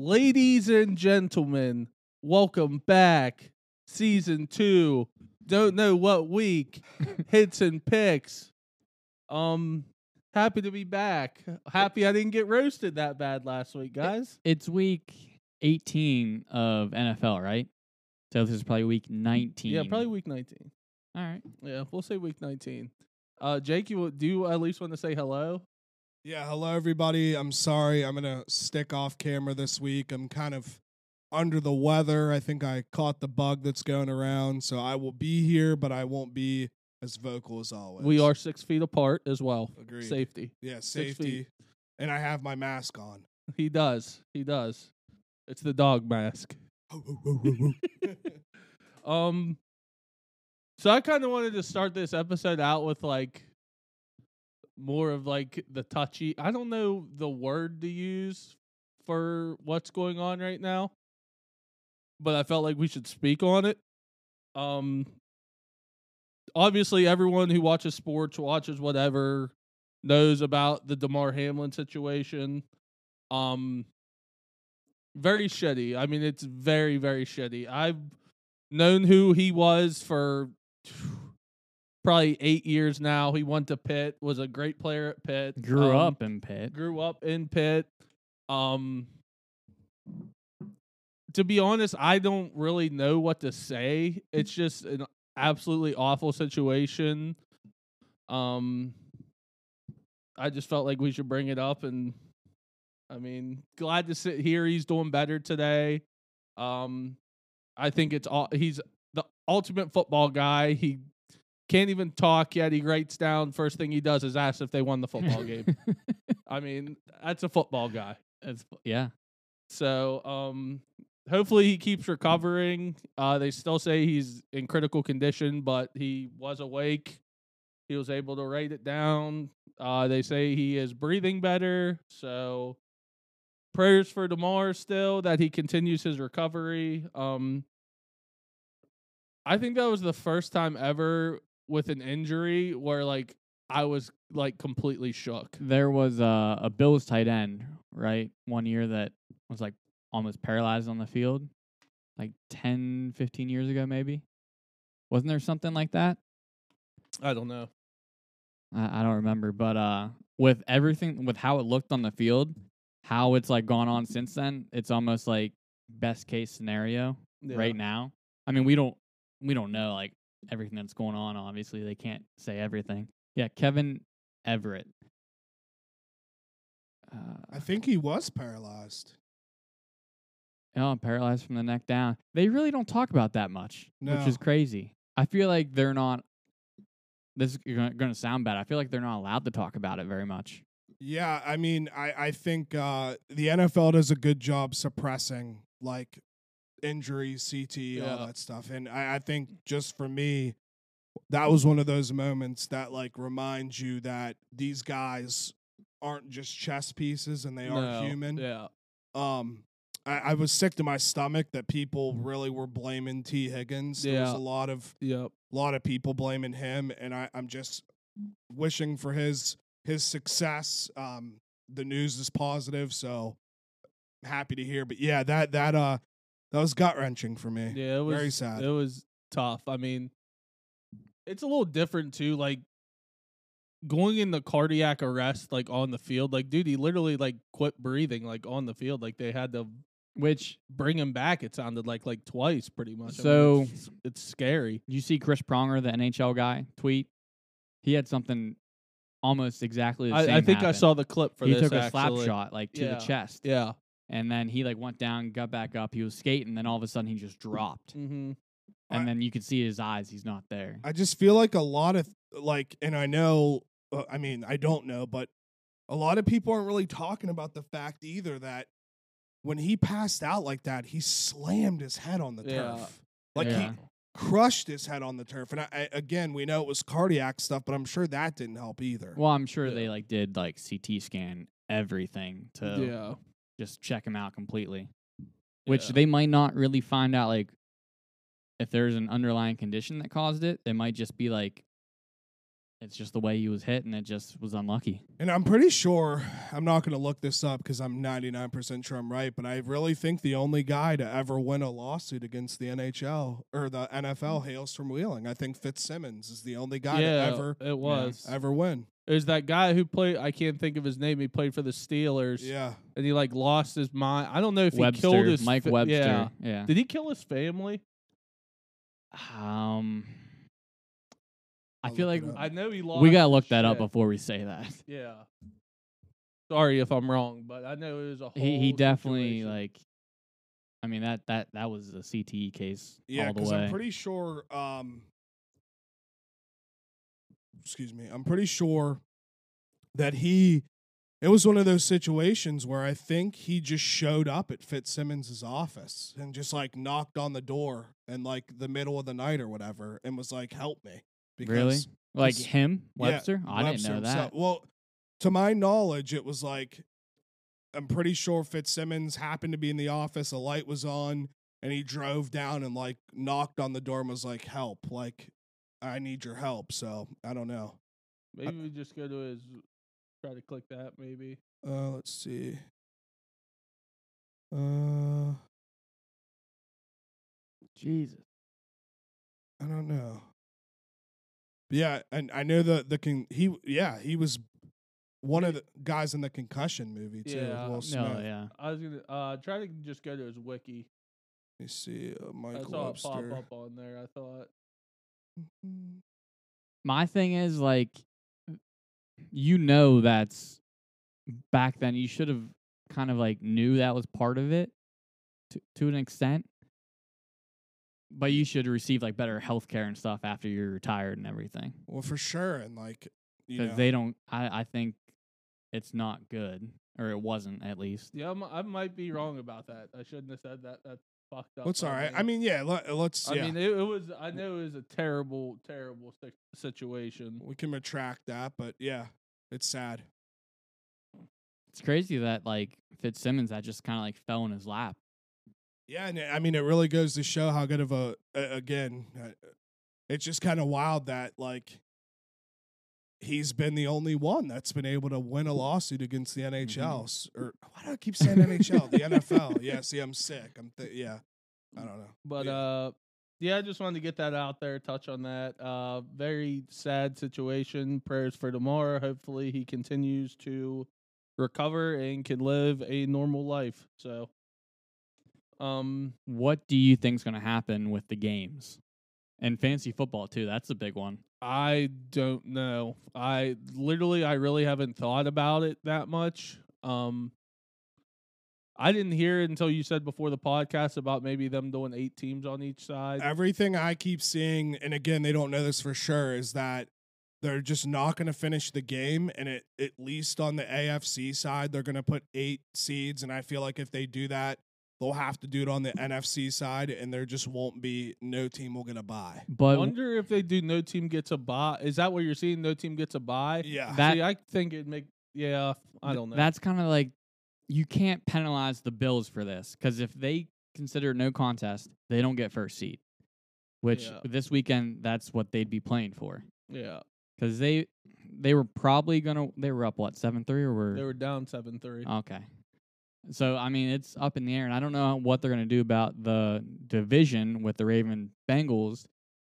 Ladies and gentlemen, welcome back. Season two. Don't know what week. Hits and picks. Um happy to be back. Happy I didn't get roasted that bad last week, guys. It's week 18 of NFL, right? So this is probably week 19. Yeah, probably week nineteen. All right. Yeah, we'll say week nineteen. Uh Jake, you do you at least want to say hello? Yeah, hello everybody. I'm sorry. I'm going to stick off camera this week. I'm kind of under the weather. I think I caught the bug that's going around, so I will be here, but I won't be as vocal as always. We are six feet apart as well. Agreed. Safety. Yeah, feet. safety. And I have my mask on. He does. He does. It's the dog mask. Um so I kind of wanted to start this episode out with like more of like the touchy. I don't know the word to use for what's going on right now, but I felt like we should speak on it. Um obviously everyone who watches sports, watches whatever, knows about the DeMar Hamlin situation. Um very shitty. I mean, it's very very shitty. I've known who he was for probably 8 years now. He went to Pitt, was a great player at Pitt. Grew Um, up in Pitt. grew up in Pitt. Um, to be honest, I don't really know what to say. It's just an absolutely awful situation. Um, I just felt like we should bring it up, and I mean, glad to sit here. He's doing better today. Um, I think it's all he's the ultimate football guy. He can't even talk yet. He writes down first thing he does is ask if they won the football game. I mean, that's a football guy. That's, yeah. So, um, hopefully he keeps recovering. Uh, they still say he's in critical condition, but he was awake. He was able to write it down. Uh, they say he is breathing better. So, prayers for Demar still that he continues his recovery. Um, I think that was the first time ever with an injury where like I was like completely shook. There was uh, a Bills tight end, right? One year that was like almost paralyzed on the field, like 10, 15 years ago, maybe. Wasn't there something like that? I don't know. I, I don't remember, but uh, with everything, with how it looked on the field, how it's like gone on since then, it's almost like best case scenario Yeah. right now. I mean, we don't we don't know like everything that's going on. Obviously, they can't say everything. Yeah, Kevin Everett. I Uh, think he was paralyzed. oh, paralyzed from the neck down. They really don't talk about that much, which is No. crazy. I feel like they're not. This is going to sound bad. I feel like they're not allowed to talk about it very much. Yeah, I mean, I I think uh the NFL does a good job suppressing like injuries, CT, Yeah. all that stuff. And I, I think just for me, that was one of those moments that like reminds you that these guys aren't just chess pieces and they are No, human. Yeah. Um I, I was sick to my stomach that people really were blaming T. Higgins. There was Yeah. a lot of Yep. a lot of people blaming him, and I, I'm just wishing for his his success. Um, the news is positive, so happy to hear. But yeah, that that uh that was gut wrenching for me. Yeah, it was Eh, Very sad. It was tough. I mean, it's a little different too. Like going into cardiac arrest, like on the field. Like, dude, he literally like quit breathing, like on the field. Like they had to Which bring him back. It sounded like like twice, pretty much. I mean, So- it's, it's scary. you see Chris Pronger, the NHL guy, tweet. He had something almost exactly the I, same. I think I happen. saw the clip for he this. took a slap actually. shot like to Yeah. the chest, Yeah. and then he like went down, got back up. He was skating, then all of a sudden he just dropped, Mm-hmm. and I- then you could see his eyes. He's not there. I just feel like a lot of like, and I know, uh, I mean, I don't know, but a lot of people aren't really talking about the fact either that when he passed out like that, he slammed his head on the Yeah. turf. Like Yeah. he crushed his head on the turf. And I, I, again, we know it was cardiac stuff, but I'm sure that didn't help either. well, I'm sure Yeah. they like did like CT scan everything to Yeah. just check him out completely, which Yeah. they might not really find out like if there's an underlying condition that caused it. It might just be like It's just the way he was hit, and it just was unlucky. And I'm pretty sure I'm not going to look this up because I'm 99% sure I'm right, but I really think the only guy to ever win a lawsuit against the NHL or the NFL hails from Wheeling. I think Fitzsimmons is the only guy yeah, to ever it was. ever win. There's that guy who played. I can't think of his name. He played for the Steelers, Yeah, and he like lost his mind. I don't know if he Webster, killed his Mike fa- Webster. Yeah. yeah. Did he kill his family? Um, I I'll feel look like it up. I know he lost. we gotta his look that shit. up before we say that. Yeah. Sorry if I'm wrong, but I know it was a whole. He he definitely situation. like. I mean that that that was a CTE case yeah, all the because way. I'm pretty sure. Um, excuse me, I'm pretty sure that he. It was one of those situations where I think he just showed up at Fitzsimmons' office and just like knocked on the door and like the middle of the night or whatever and was like, "Help me!" really, like because- him, Yeah, Webster. I Webster didn't know that. himself- well, to my knowledge, it was like I'm pretty sure Fitzsimmons happened to be in the office. A light was on, and he drove down and like knocked on the door and was like, "Help! Like, I need your help." So I don't know. uh Maybe we just go to his. Try to click that. Maybe. Uh, let's see. Uh, Jesus. I don't know. Yeah, and I know the the con- he yeah he was one of the guys in the concussion movie too. Yeah, Will no, Smith. No, yeah. I was gonna uh try to just go to his wiki. Let me see. Uh, I Michael saw Webster. it pop up on there. I thought. My thing is like, you know, that's back then. You should have kind of like knew that was part of it, to to an extent. But you should receive like better health care and stuff after you're retired and everything. Well, for sure, and like you because know, they don't. I I think it's not good, or it wasn't at least. Yeah, I'm, I might be wrong about that. I shouldn't have said that. That's fucked up. What's all by right? me. I mean, yeah. Let, let's. I yeah, mean, it, it was. I know it was a terrible, terrible si- situation. we can retract that, but yeah, it's sad. It's crazy that like Fitzsimmons that just kind of like fell in his lap. Yeah, and it- I mean, it really goes to show how good of a, a again. uh, It's just kind of wild that like he's been the only one that's been able to win a lawsuit against the NHL s- or why do I keep saying NHL? The NFL. Yeah. See, I'm sick. I'm. Th- yeah. I don't know. But Yeah. uh, yeah, I just wanted to get that out there. Touch on that. Uh, very sad situation. Prayers for tomorrow. Hopefully, he continues to recover and can live a normal life. So, um, What do you think's gonna happen with the games and fantasy football too? That's a big one. I don't know. I literally, I really haven't thought about it that much. Um, I didn't hear it until you said before the podcast about maybe them doing eight teams on each side. everything I keep seeing, and again, they don't know this for sure, is that they're just not going to finish the game. And it, at least on the AFC side, they're going to put eight seeds. And I feel like if they do that, they'll have to do it on the NFC side, and there just won't be no team will get a buy. I But wonder if they do. No team gets a buy. Is that what you're seeing? No team gets a buy. Yeah. That- See, I think it'd make. Yeah, I th- don't know. That's kind of like you can't penalize the Bills for this because if they consider no contest, they don't get first seed. Which Yeah. this weekend, that's what they'd be playing for. yeah. because they they were probably gonna they were up what seven three or were They were down seven three. okay. So I mean it's up in the air, and I don't know what they're gonna do about the division with the Raven Bengals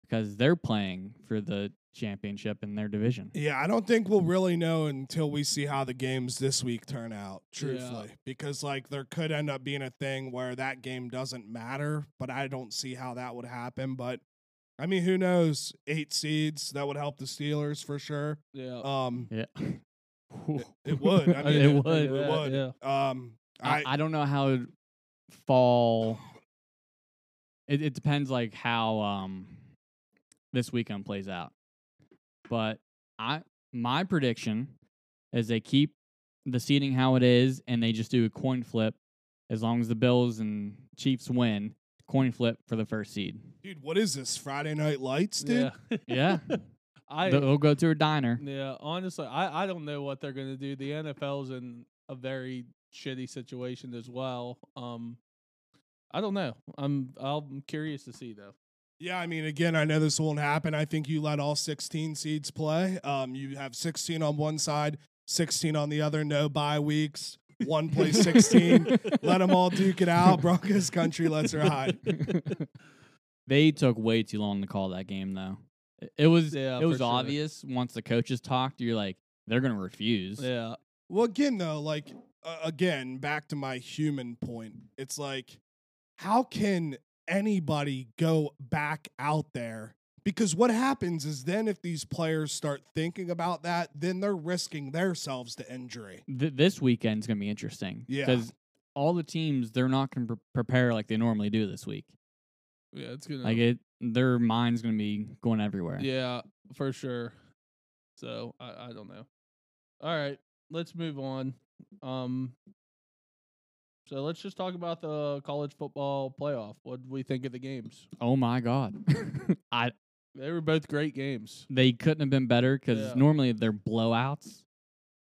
because they're playing for the championship in their division. Yeah, I don't think we'll really know until we see how the games this week turn out, truthfully. Because like there could end up being a thing where that game doesn't matter, but I don't see how that would happen. But I mean, who knows? Eight seeds, that would help the Steelers for sure. yeah. Um Yeah, it would. I mean, it, it- would. it Yeah, would. Yeah. um I, I I don't know how it would fall. It it depends like how um this weekend plays out. But I my prediction is they keep the seating how it is and they just do a coin flip as long as the Bills and Chiefs win, coin flip for the first seed. dude, what is this? Friday night lights, dude? Yeah. I They'll they'll go to a diner. Yeah, honestly, I, I don't know what they're gonna do. The NFL's in a very shitty situation as well. Um, I don't know. I'm I'm curious to see though. Yeah, I mean, again, I know this won't happen. I think you let all 16 seeds play. Um, you have 16 on one side, 16 on the other. No bye weeks. One plays 16. let them all duke it out. Broncos country lets her hide. they took way too long to call that game, though. It- It was Yeah, it was for sure. obvious once the coaches talked. You're like, they're gonna refuse. Yeah. Well, again, though, like uh, again, back to my human point. It's like, how can anybody go back out there? Because what happens is then if these players start thinking about that, then they're risking themselves to injury. Th- this weekend's gonna be interesting. Yeah. because all the teams they're not gonna pre- prepare like they normally do this week. Yeah, it's gonna Like it, their mind's gonna be going everywhere. Yeah, for sure. So I, I don't know. All right, let's move on. Um so let's just talk about the college football playoff. What did we think of the games? Oh my god, I They were both great games. they couldn't have been better because Yeah. normally they're blowouts,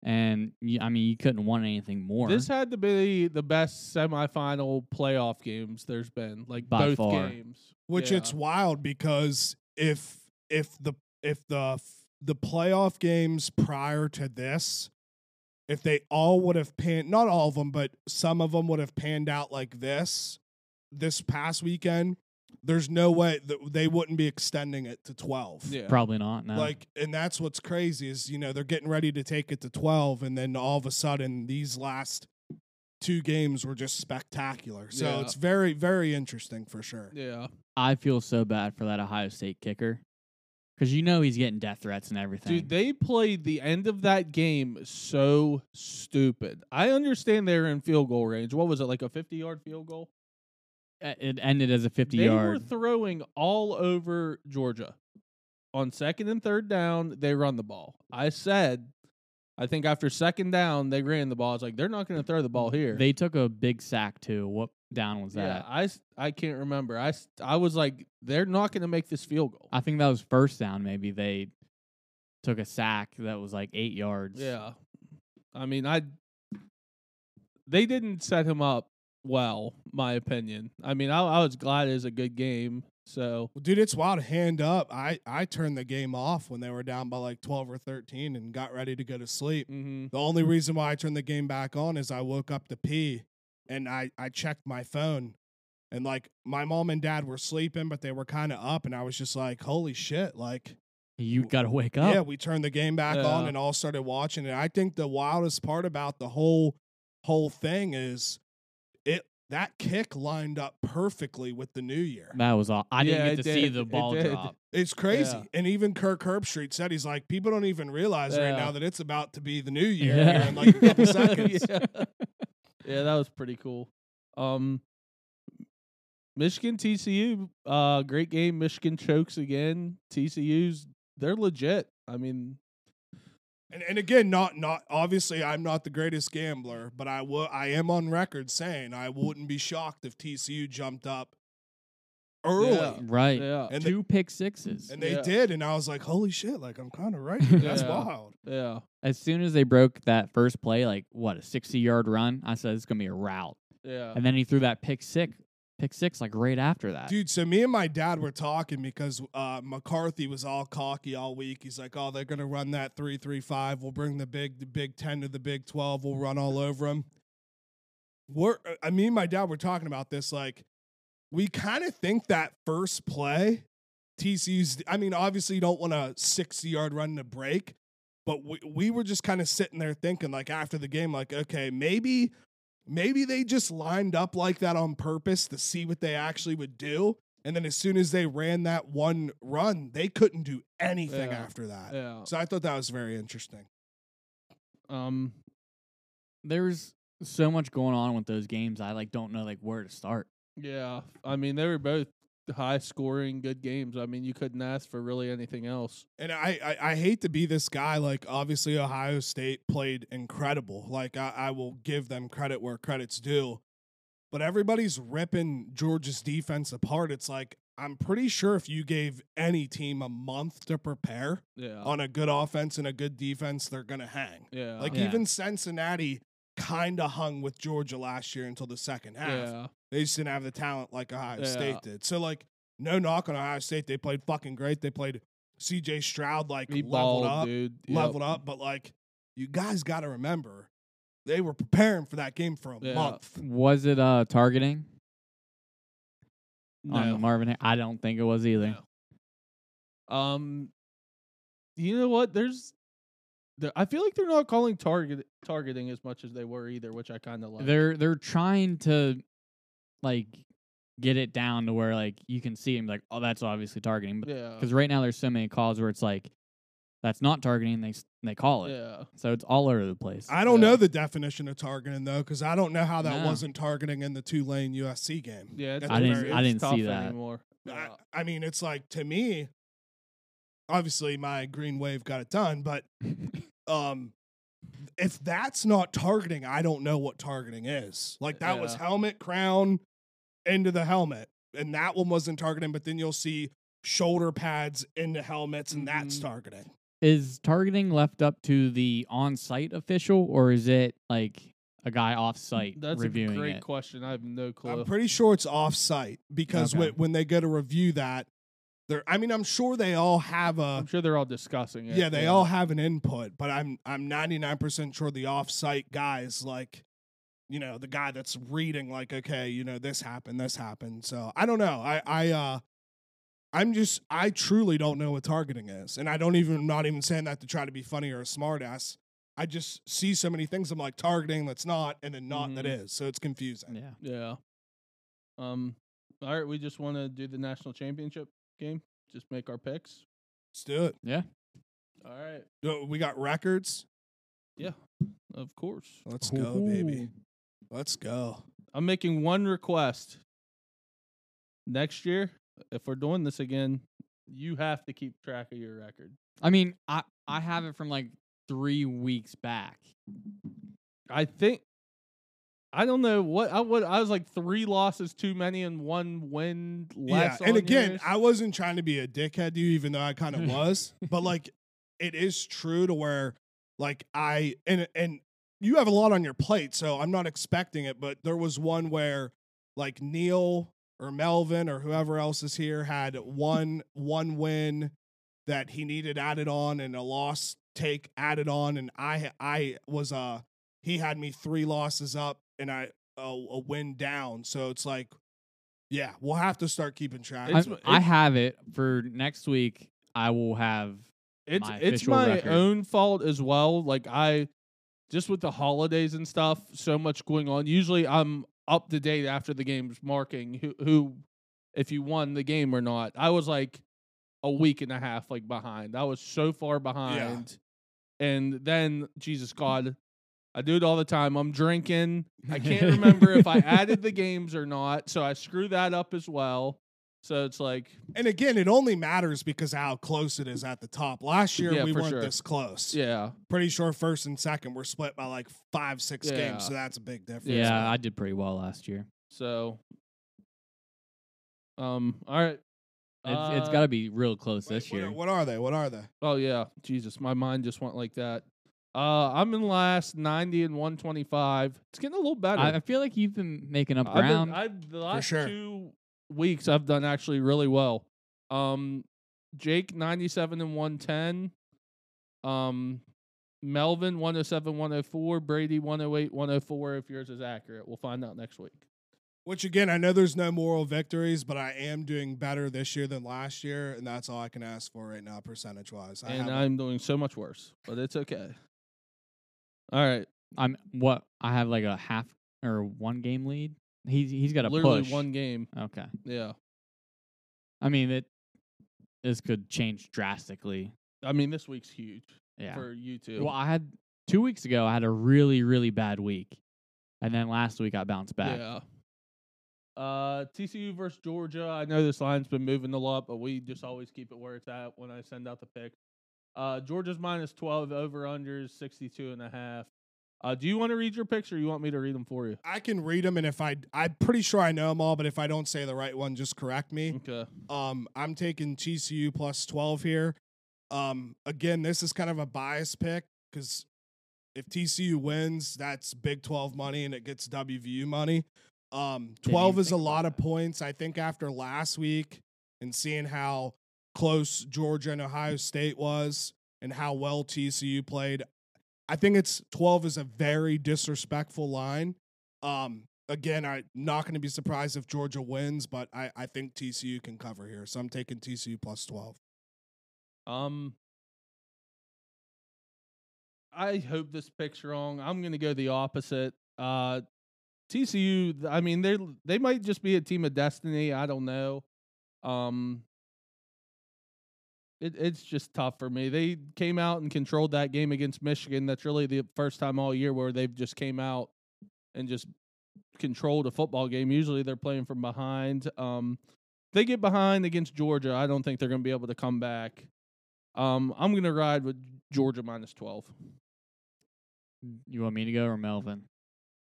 and y- I mean you couldn't want anything more. This had to be the best semifinal playoff games there's been. Like By both far. games. Which Yeah. it's wild because if if the if the the playoff games prior to this, if they all would have panned not all of them, but some of them would have panned out like this this past weekend, there's no way that they wouldn't be extending it to 12. Yeah. Probably not. No. Like and that's what's crazy is you know they're getting ready to take it to 12 and then all of a sudden these last two games were just spectacular. So Yeah. it's very very interesting for sure. yeah. I feel so bad for that Ohio State kicker because you know he's getting death threats and everything. Dude, they played the end of that game so stupid. I understand they're in field goal range. What was it, like a 50 yard field goal? Uh, it ended as a fifty they were yard. throwing all over Georgia. On second and third down, they run the ball. I said, I think after second down, they ran the ball. It's like they're not going to throw the ball here. they took a big sack too. What down was yeah, that? I s- I can't remember. I s- I was like, they're not going to make this field goal. I think that was first down. Maybe they took a sack that was like eight yards. yeah, I mean, I they didn't set him up well. My opinion. I mean, I, I was glad it was a good game. So Well, dude, it's wild. Hand up. I I turned the game off when they were down by like twelve or thirteen and got ready to go to sleep. Mm-hmm. mhm. The only reason why I turned the game back on is I woke up to pee, and I I checked my phone, and like my mom and dad were sleeping, but they were kind of up, and I was just like, holy shit, like you got to wake yeah, up. we turned the game back on Yeah. and all started watching it. I think the wildest part about the whole whole thing is it that kick lined up perfectly with the new year. That was all. I Yeah, didn't it get to see did. the It ball did. drop. It's crazy. Yeah. And even Kirk Herbstreit said he's like, people don't even realize right Yeah. now that it's about to be the new year Yeah. here in like a couple Yeah. seconds. yeah. Yeah, that was pretty cool. Um, Michigan TCU, uh, great game. Michigan chokes again. TCU's they're legit. I mean, And, and again, not not obviously I'm not the greatest gambler, but I will I am on record saying I wouldn't be shocked if TCU jumped up early. Yeah. Right. yeah, And they, Two pick sixes. and they Yeah. did, and I was like, holy shit, like I'm kind of right. here. That's Yeah. wild. yeah, as soon as they broke that first play, like what a sixty-yard run, I said it's gonna be a route. yeah. And then he threw that pick six, pick six, like right after that. Dude, so me and my dad were talking because uh, McCarthy was all cocky all week. He's like, "Oh, they're gonna run that three three five. We'll bring the big the Big Ten to the Big Twelve. We'll run all over them." We're uh, I mean, my dad were talking about this. Like, we kind of think that first play, TCU's. I mean, obviously, you don't want a sixty yard run to break, but we we were just kind of sitting there thinking, like after the game, like, okay, maybe maybe they just lined up like that on purpose to see what they actually would do. And then as soon as they ran that one run, they couldn't do anything Yeah. after that. yeah. So I thought that was very interesting. Um, There's so much going on with those games. I like don't know like where to start. yeah. I mean, they were both high scoring, good games. I mean, you couldn't ask for really anything else. And I, I, I hate to be this guy. Like, obviously, Ohio State played incredible. Like, I, I will give them credit where credit's due. But everybody's ripping Georgia's defense apart. It's like, I'm pretty sure if you gave any team a month to prepare Yeah, on a good offense and a good defense, they're going to hang. yeah, Like Yeah. even Cincinnati kind of hung with Georgia last year until the second half. yeah, They just didn't have the talent like Ohio Yeah. State did. So like no knock on Ohio State. They played fucking great. They played CJ Stroud like He leveled balled, up, dude. Yep. leveled up. But like, you guys got to remember, they were preparing for that game for a Yeah. month. Was it uh targeting on No. Marvin? Har- I don't think it was either. No. Um, you know what? There's, there, I feel like they're not calling target targeting as much as they were either, which I kind of like. They're they're trying to like get it down to where like you can see him like oh that's obviously targeting, but yeah, because right now there's so many calls where it's like that's not targeting and they s- they call it, yeah, so it's all over the place. I don't Yeah. know the definition of targeting though, because I don't know how that No. wasn't targeting in the two lane USC game. yeah. It's At I the didn't- very I didn't see tough that. anymore. Uh, I, Yeah. I mean, it's like to me, obviously my green wave got it done, but um if that's not targeting, I don't know what targeting is. Like that was Yeah. helmet crown into the helmet, and that one wasn't targeting, but then you'll see shoulder pads into helmets, and that's Mhm. targeting. Is targeting left up to the on-site official or is it like a guy off-site That's a reviewing great it? question. I have no clue. I'm pretty sure it's off site because Okay. when, when they go to review that, they're I mean, I'm sure they all have a I'm sure they're all discussing it. uh yeah, they all have an input, but I'm I'm 99% sure the off-site guys like you know, the guy that's reading like okay, you know, this happened, this happened. So, I don't know. I I uh I'm just I truly don't know what targeting is. And I don't even I'm not even saying that to try to be funny or a smartass. I just see so many things I'm like targeting that's not and then not that Mhm. is. So it's confusing. Yeah. Yeah. Um. All right, we just want to do the national championship game. Just make our picks. Let's do it. All right. Do- We got records. Yeah. Of course. Let's go, baby. Let's go. I'm making one request. Next year, if we're doing this again, you have to keep track of your record. I mean, I I have it from like three weeks back. I think I don't know what I would I was like three losses too many and one win less. and again, I wasn't trying to be a dickhead to you, even though I kind of was. But like, it is true to where, like, I and and you have a lot on your plate, so I'm not expecting it. But there was one where, like, Neil or Melvin or whoever else is here had one one win that he needed added on and a loss take added on, and I I was uh he had me three losses up and I a, a win down, so it's like. Yeah, we'll have to start keeping track. It's- I, it's- I have it for next week. I will have it's my it's official my record. own fault as well. Like I just with the holidays and stuff, so much going on. Usually I'm up to date after the game's marking who who if you won the game or not. I was like a week and a half like behind. I was so far behind. And then Jesus God, I do it all the time. I'm drinking. I can't remember if I added the games or not. So I screw that up as well. So it's like And again, it only matters because of how close it is at the top. Last year Yeah, we for weren't sure. this close. yeah. Pretty sure first and second were split by like five, six Yeah. games. So that's a big difference. Yeah, I did pretty well last year. So, um, all right. It's, it's Uh, got to be real close Wait, this what, year. What are they? What are they? Oh yeah, Jesus, my mind just went like that. Uh, I'm in last ninety and one twenty five. It's getting a little better. I, I feel like you've been making up I've been- ground. I've, the last sure. two weeks I've done actually really well. Um, Jake ninety seven and one ten. Um, Melvin 107, 104, Brady 108, 104. If yours is accurate, we'll find out next week. Which again, I know there's no moral victories, but I am doing better this year than last year, and that's all I can ask for right now, percentage wise. I and haven't- I'm doing so much worse, but it's okay. All right. I'm what I have like a half or one game lead. He's he's got a literally push. one game. Okay, Yeah, I mean it. This could change drastically. I mean this week's huge Yeah. for you two. Well, I had two weeks ago. I had a really really bad week, and then last week I bounced back. yeah. Uh, TCU versus Georgia. I know this line's been moving a lot, but we just always keep it where it's at when I send out the pick. Uh, Georgia's minus twelve over under sixty two and a half. Uh, do you want to read your picks or you want me to read them for you? I can read them, and if I, I'm pretty sure I know them all, but if I don't say the right one, just correct me. Okay. Um, I'm taking TCU plus 12 here. Um, again, this is kind of a bias pick because if TCU wins, that's Big 12 money and it gets WVU money. Um, even 12 is a think about lot of that. points. I think after last week, and seeing how close Georgia and Ohio State was and how well TCU played. I think it's 12 is a very disrespectful line. Um, again, I'm not going to be surprised if Georgia wins, but I, I think TCU can cover here. So I'm taking TCU plus 12. Um, I hope this pick's wrong. I'm going to go the opposite. Uh, TCU. th- I mean, they they might just be a team of destiny. I don't know. Um, it it's just tough for me. They came out and controlled that game against Michigan. That's really the first time all year where they've just came out and just controlled a football game. Usually they're playing from behind. Um, they get behind against Georgia. I don't think they're going to be able to come back. Um, I'm going to ride with Georgia minus 12. You want me to go or Melvin?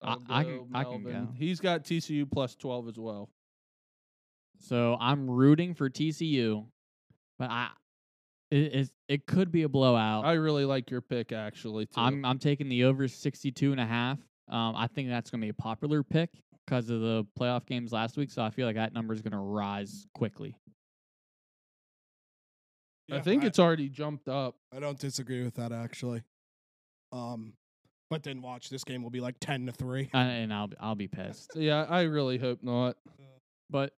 I- I'll I can- go I can Melvin. go. He's got TCU plus 12 as well. So I'm rooting for TCU, but I it it, it could be a blowout. I really like your pick, actually. Too. Oh. I'm I'm taking the over 62 and a half. Um, I think that's going to be a popular pick because of the playoff games last week. So I feel like that number is going to rise quickly. I think it's already jumped up. I don't disagree with that actually. Um, but then watch this game will be like ten to three. and- and I'll I'll be pissed. Yeah, I really hope not. But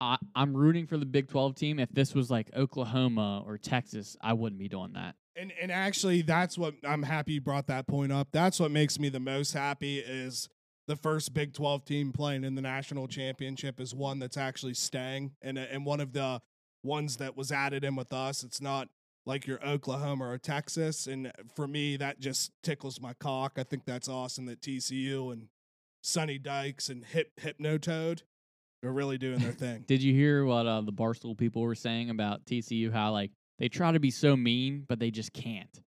I I'm rooting for the Big 12 team. If this was like Oklahoma or Texas, I wouldn't be doing that. And and actually, that's what I'm happy you brought that point up. That's what makes me the most happy is the first Big Twelve team playing in the national championship is one that's actually staying, and uh, and one of the ones that was added in with us. It's not like your Oklahoma or Texas, and for me, that just tickles my cock. I think that's awesome that TCU and Sonny Dykes and Hip Hypnotoad are really doing their thing. Did you hear what uh, the Barstool people were saying about TCU? How like they try to be so mean, but they just can't.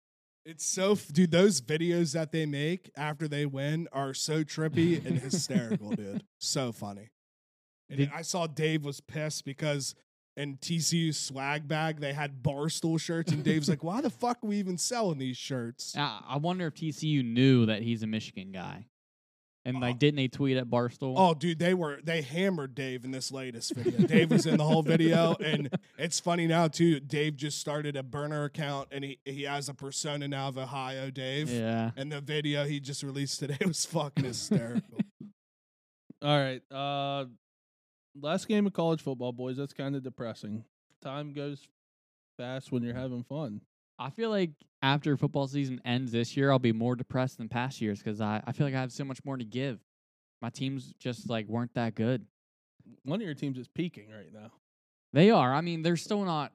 It's so, f- dude. Those videos that they make after they win are so trippy and hysterical, dude. So funny. And Did- I saw Dave was pissed because in TCU swag bag they had barstool shirts, and Dave's like, "Why the fuck are we even selling these shirts?" I, I wonder if TCU knew that he's a Michigan guy, and like didn't they tweet at Barstool? Oh, dude, they were they hammered Dave in this latest video. Dave was in the whole video, and it's funny now too. Dave just started a burner account, and he he has a persona now of Ohio Dave. yeah. And the video he just released today was fucking hysterical. All right. Uh, last game of college football, boys. That's kind of depressing. Time goes fast when you're having fun. I feel like after football season ends this year, I'll be more depressed than past years because I, I feel like I have so much more to give. My teams just like weren't that good. One of your teams is peaking right now. They are. I mean, they're still not.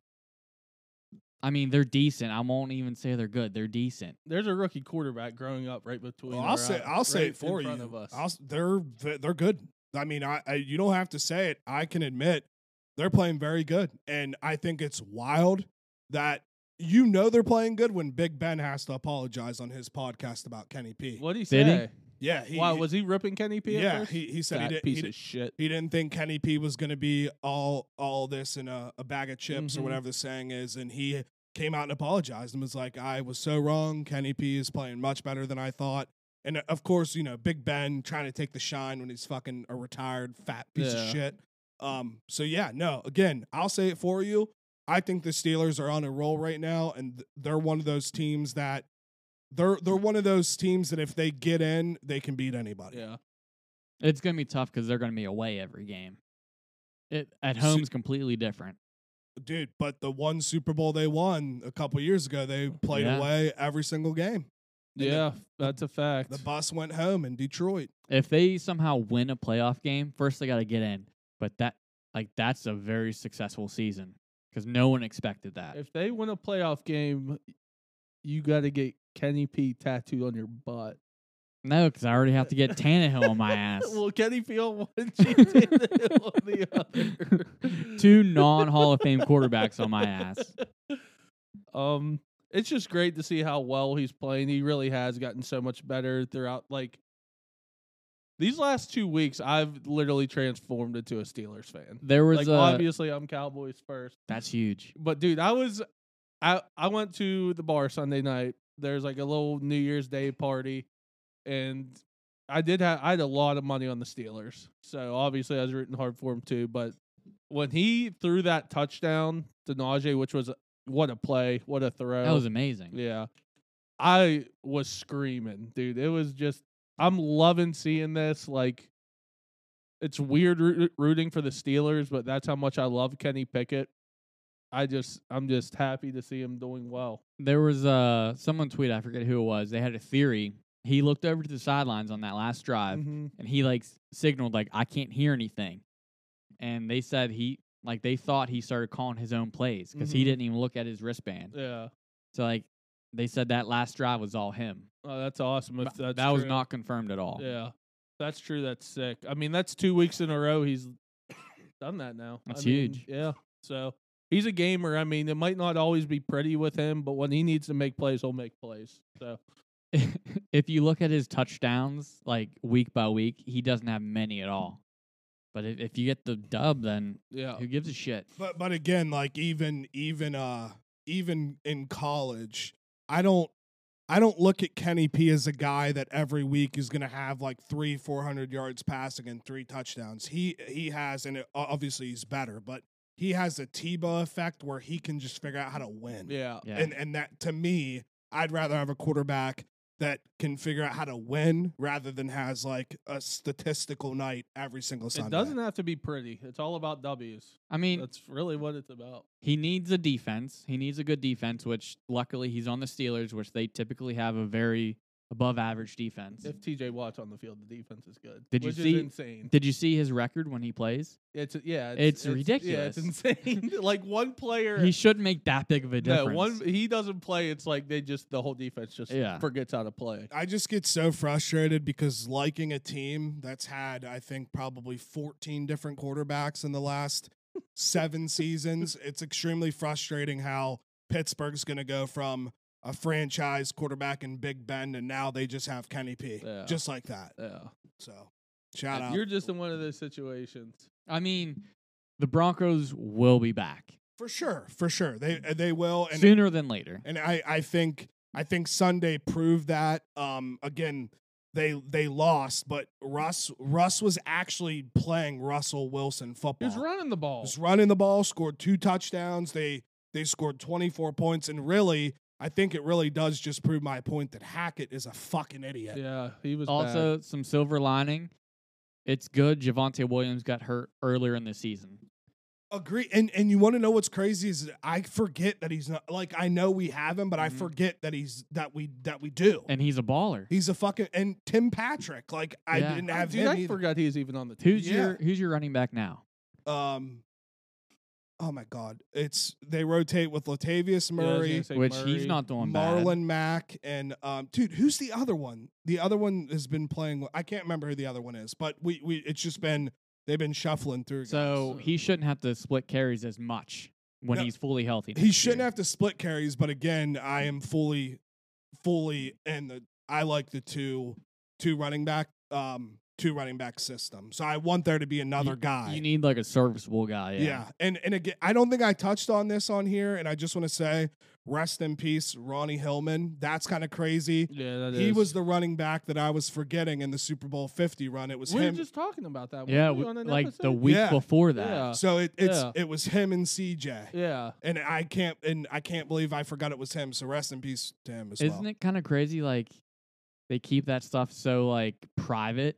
I mean, they're decent. I won't even say they're good. They're decent. There's a rookie quarterback growing up right between. Well, our I'll say eye- I'll say right it for in you. front of us. I'll s- they're they're good. I mean, I, I you don't have to say it. I can admit they're playing very good, and I think it's wild that you know they're playing good when Big Ben has to apologize on his podcast about Kenny P. What did he Did he? say? Yeah, he, Why was he ripping Kenny P? At yeah first? he, he said he Fat did, piece he, of shit. he didn't think Kenny P was going to be all all this in a, a bag of chips Mhm. or whatever the saying is, and he came out and apologized and was like, "I was so wrong. Kenny P is playing much better than I thought." And uh, of course, you know, Big Ben trying to take the shine when he's fucking a retired fat piece Yeah. of shit. Um, so yeah, no. Again, I'll say it for you. I think the Steelers are on a roll right now, and th- they're one of those teams that they're they're one of those teams that if they get in, they can beat anybody. Yeah. It's gonna be tough because they're gonna be away every game. It at See- home's completely different. dude. But the one Super Bowl they won a couple years ago, they played Yeah. away every single game. the- Yeah, that's a fact. The bus went home in Detroit. If they somehow win a playoff game, first they got to get in. But that like that's a very successful season because no one expected that. if they win a playoff game, you got to get Kenny P tattooed on your butt. No, because I already have to get Tannehill on my ass. well, Kenny P on one cheek, Tannehill on the other. Two non Hall of Fame quarterbacks on my ass. Um, it's just great to see how well he's playing. He really has gotten so much better throughout. Like these last two weeks, I've literally transformed into a Steelers fan. There was Like a obviously, I'm Cowboys first. that's huge. But dude, I was I I went to the bar Sunday night. There's like a little New Year's Day party and I did have I had a lot of money on the Steelers. So obviously I was rooting hard for them too, but when he threw that touchdown to Najee, which was what a play, what a throw. That was amazing. Yeah. I was screaming, dude. It was just I'm loving seeing this. Like it's weird roo- rooting for the Steelers, but that's how much I love Kenny Pickett. I just I'm just happy to see him doing well. There was uh someone tweet I forget who it was. They had a theory. He looked over to the sidelines on that last drive Mhm. and he like s- signaled like I can't hear anything. And they said he like they thought he started calling his own plays because he Mhm. didn't even look at his wristband. Yeah. So like they said that last drive was all him. Oh, that's awesome. If But that's that was true. not confirmed at all. Yeah. That's true. That's sick. I mean, that's two weeks in a row he's done that now. I That's mean, huge. Yeah. So he's a gamer. I mean, it might not always be pretty with him, but when he needs to make plays, he'll make plays. So if you look at his touchdowns like week by week, he doesn't have many at all. But if, if you get the dub, then yeah. who gives a shit? But but again, like even even uh even in college, I don't I don't look at Kenny P as a guy that every week is going to have like three four hundred yards passing and three touchdowns. He he has and it, o- obviously he's better, but he has the Tebow effect where he can just figure out how to win. Yeah. Yeah. And and that to me, I'd rather have a quarterback that can figure out how to win rather than has like a statistical night every single Sunday. It doesn't have to be pretty. It's all about W's. I mean, That's really what it's about. He needs a defense. He needs a good defense, which luckily he's on the Steelers, which they typically have a very above average defense. If TJ Watt's on the field, the defense is good. Did you which see- is insane. Did you see his record when he plays? It's yeah, It's Yeah, it's ridiculous. insane. like one player He should make that big of a no, difference. one he doesn't play, it's like they just the whole defense just Yeah. forgets how to play. I just get so frustrated because liking a team that's had, I think, probably 14 different quarterbacks in the last seven seasons, it's extremely frustrating how Pittsburgh's going to go from a franchise quarterback in Big Bend and now they just have Kenny P. Yeah. Just like that. Yeah. So shout out. You're just in one of those situations. I mean, the Broncos will be back for sure. For sure. They, Mm. they will. And sooner than later. and I I think I think Sunday proved that. Um, again, they they lost, but Russ Russ was actually playing Russell Wilson He football. was running the ball. Was running the ball, scored two touchdowns. They they scored twenty four points, and really, I think it really does just prove my point that Hackett is a fucking idiot. Yeah, he was Also, some silver lining. It's good Javante Williams got hurt earlier in the season. Agree. And and you want to know what's crazy is I forget that he's not like I know we have him, but I Mm-hmm. Mhm. forget that he's that we that we do. And he's a baller. He's a fucking and Tim Patrick. Like I Yeah. didn't bad. have Dude, him. I either. forgot he was even on the team. who's your who's your running back now? um oh my god it's they rotate with latavius Yeah, I was gonna murray say Which he's Murray. not doing bad. marlon mack and um dude who's the other one the other one has been playing i can't remember who the other one is but we we it's just been they've been shuffling through guys. So he shouldn't have to split carries as much when No. he's fully healthy. he shouldn't have to split carries but again i am fully fully and the i like the two two running back um two running back system so i want there to be another guy You need like a serviceable guy. Yeah. Yeah. And and again, I don't think I touched on this on here, and I just want to say, rest in peace, Ronnie Hillman. That's kind of crazy. Yeah, that He is. was the running back that I was forgetting in the Super Bowl 50 run. It was We were him. just talking about that. weren't Yeah, we, w- on an like the episode? week Yeah. before that. Yeah. so it, it's Yeah. it was him and CJ. Yeah, And I can't and I can't believe I forgot it was him. So rest in peace to him as Isn't well. it kind of crazy? Like they keep that stuff so like private,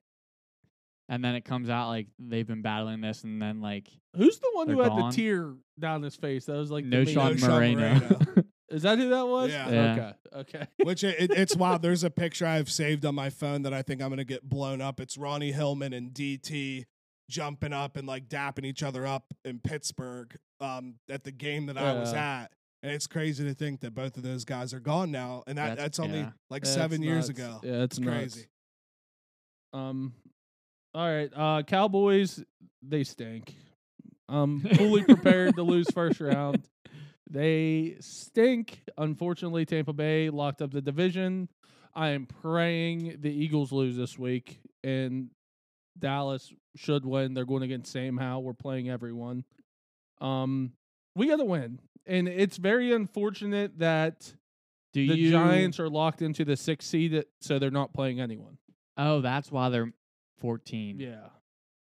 and then it comes out like they've been battling this, and then like who's the one who They're had gone. the tear down his face? That was like the no main- Sean No Sean Moreno. Moreno. Is that who that was? Yeah. Yeah. Okay. Okay. Which it, it- it's wild. There's a picture I've saved on my phone that I think I'm gonna get blown up. It's Ronnie Hillman and DT jumping up and like dapping each other up in Pittsburgh um, at the game that I Uh. was at. And it's crazy to think that both of those guys are gone now, and that, That's- that's only yeah. like That's seven years nuts. ago. Yeah, that's It's crazy. crazy. Um, all right. Uh, Cowboys, they stink. I'm fully prepared to lose first round. They stink. Unfortunately, Tampa Bay locked up the division. I am praying the Eagles lose this week and Dallas should win. They're going against Sam Howe. We're playing everyone. Um, we got to win. And it's very unfortunate that Do the you Giants are locked into the sixth seed, so they're not playing anyone. Oh, that's why they're fourteen. Yeah.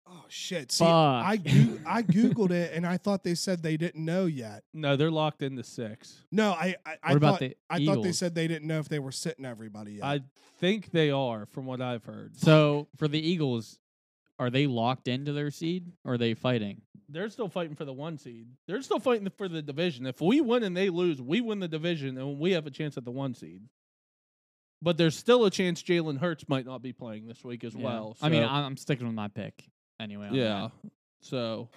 Oh shit! See, Fuck. I goo- I googled it and I thought they said they didn't know yet. No, they're locked into six. No, I I, I what about thought the I Eagles? thought they said they didn't know if they were sitting everybody yet. I think they are, from what I've heard. So for the Eagles, are they locked into their seed? Or are they fighting? They're still fighting for the one seed. They're still fighting for the division. If we win and they lose, we win the division and we have a chance at the one seed. But there's still a chance Jalen Hurts might not be playing this week as Yeah. well. I mean, so- I'm, I'm sticking with my pick anyway. on that. yeah. So,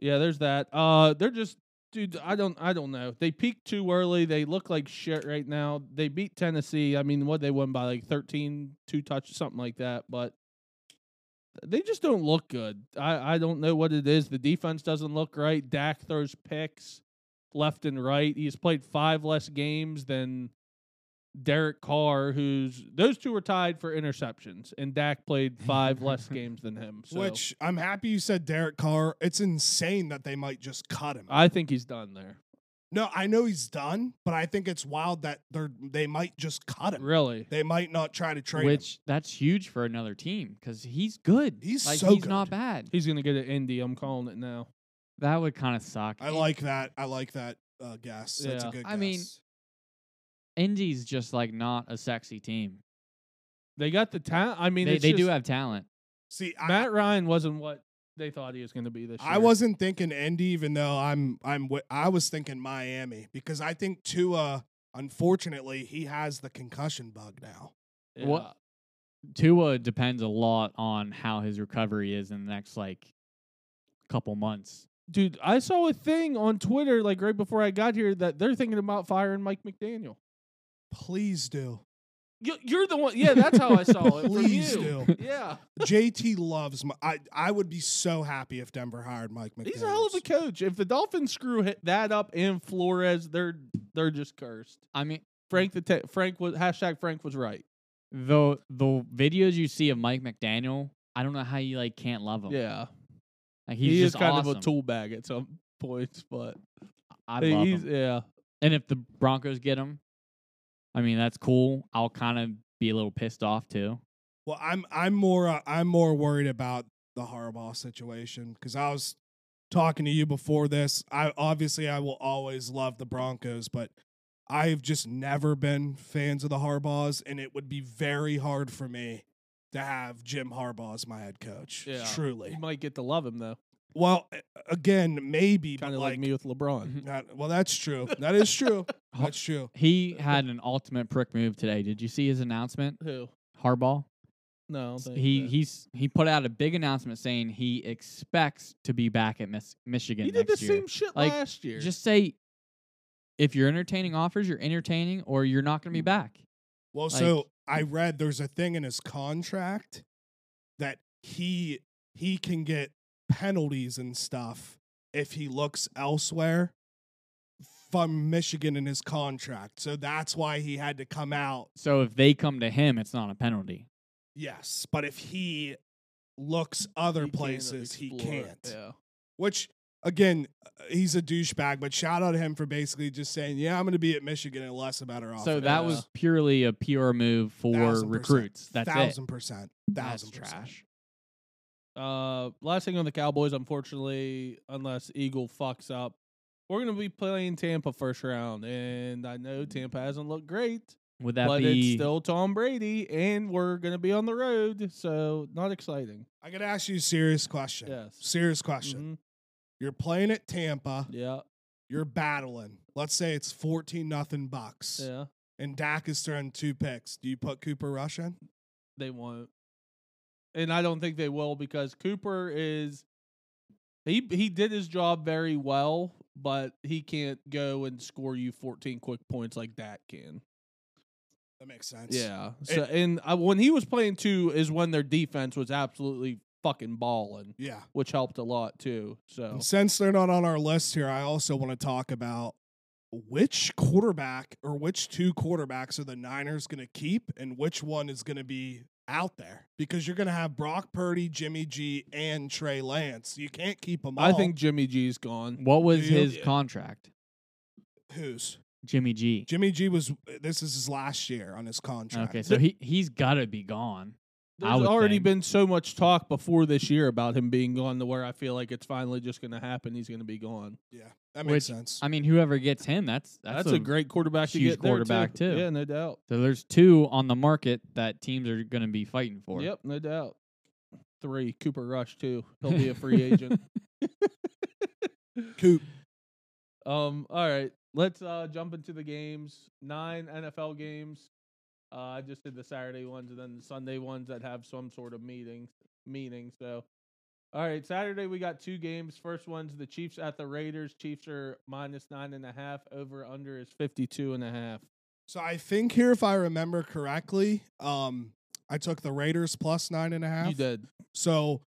yeah, there's that. Uh, they're just, dude. I don't, I don't know. They peaked too early. They look like shit right now. They beat Tennessee. I mean, what they won by like 13, two touch, something like that. But they just don't look good. I, I don't know what it is. The defense doesn't look right. Dak throws picks left and right. He's played five less games than. Derek Carr, who's those two are tied for interceptions, and Dak played five less games than him. So. Which I'm happy you said Derek Carr. It's insane that they might just cut him. I think he's done there. no, I know he's done, but I think it's wild that they're they might just cut him. Really? They might not try to trade him. Which that's huge for another team because he's good. He's like, so he's not good. bad. He's gonna get an Indy. I'm calling it now. That would kind of suck. I And like that. I like that uh, guess. That's Yeah. a good. Guess. I mean- Indy's just like not a sexy team. They got the talent. I mean, they it's they do just- have talent. see, I, Matt Ryan wasn't what they thought he was gonna be this year. I wasn't thinking Indy, even though I'm I'm wi- I was thinking Miami because I think Tua. Unfortunately, he has the concussion bug now. Yeah. What- Tua depends a lot on how his recovery is in the next like couple months. dude? I saw a thing on Twitter like right before I got here that they're thinking about firing Mike McDaniel. Please do. You- You're the one. Yeah, that's how I saw it. from Please you. do. Yeah, JT loves. My, I I would be so happy if Denver hired Mike McDaniel. he's a hell of a coach. If the Dolphins screw hit that up and Flores, they're they're just cursed. I mean, Frank the te- Frank was hashtag Frank was right. the the videos you see of Mike McDaniel, I don't know how you like can't love him. Yeah, like, Oh. he's he's he is just kind awesome. of a tool bag at some points, but I love he's him. yeah. And if the Broncos get him, I mean that's cool. I'll kind of be a little pissed off too. Well, I'm I'm more uh, I'm more worried about the Harbaugh situation because I was talking to you before this. I obviously I will always love the Broncos, but I've just never been fans of the Harbaughs, and it would be very hard for me to have Jim Harbaugh as my head coach. Yeah. Truly. You might get to love him though. Well, a- again, maybe, but Kind of like, like, me with Mm-hmm. LeBron. not- well, that's true. That is true. Har- that's true. He Uh, had an ultimate prick move today. Did you see his announcement, Who? Harbaugh? No. I don't think He so. he's he put out a big announcement saying he expects to be back at Miss, Michigan He did next the year. same shit Like, last year. Just say if you're entertaining offers, you're entertaining, or you're not Hmm. going to be back. Well, Like- so I read there's a thing in his contract that he he can get penalties and stuff if he looks elsewhere from Michigan in his contract. So that's why he had to come out. So if they come to him, it's not a penalty. Yes, but if he looks other He can't places, he explore. can't. Yeah. Which again, uh, he's a douchebag, but shout out to him for basically just saying, "Yeah, I'm going to be at Michigan and less about Oh, our offer." So Yeah. that was purely a PR move for Thousand percent. recruits. That's thousand it. percent, That's thousand percent. trash. Uh, last thing on the Cowboys, unfortunately, unless Eagle fucks up, we're gonna be playing Tampa first round, and I know Tampa hasn't looked great, Would that but it's be still Tom Brady, and we're gonna be on the road, so not exciting. I gotta ask you a serious question. Yes. Serious question. Mhm. You're playing at Tampa. Yeah, You're battling. Let's say it's 14 nothing bucks. yeah, And Dak is throwing two picks. Do you put Cooper Rush in? they won't, and I don't think they will because Cooper is he he did his job very well, but he can't go and score you fourteen quick points like Dak can. That makes sense. Yeah. So and I, when he was playing too is when their defense was absolutely fucking balling, Yeah. which helped a lot too. So And since they're not on our list here, I also want to talk about which quarterback or which two quarterbacks are the Niners going to keep and which one is going to be out there because you're going to have Brock Purdy, Jimmy G, and Trey Lance. You can't keep them all. I think Jimmy G's gone. what was Yeah. his contract? who's Jimmy G. Jimmy G was this is his last year on his contract. Okay, so he he's got to be gone. I There's would already think. been so much talk before this year about him being gone to where I feel like it's finally just going to happen. He's going to be gone. Yeah, that makes Which, sense. I mean, whoever gets him, that's that's, That's, a, great quarterback to huge get there, quarterback, too. Yeah, no doubt. So there's two on the market that teams are going to be fighting for. Yep, no doubt. Three Cooper Rush too. He'll be a free agent. Coop. Um. All right. Let's uh jump into the games. Nine NFL games. Uh, I just did the Saturday ones and then the Sunday ones that have some sort of meeting meaning. So, all right. Saturday we got two games. First one's the Chiefs at the Raiders. Chiefs are minus nine and a half. Over under is fifty two and a half. So I think here, if I remember correctly, um, I took the Raiders plus nine and a half. You did. So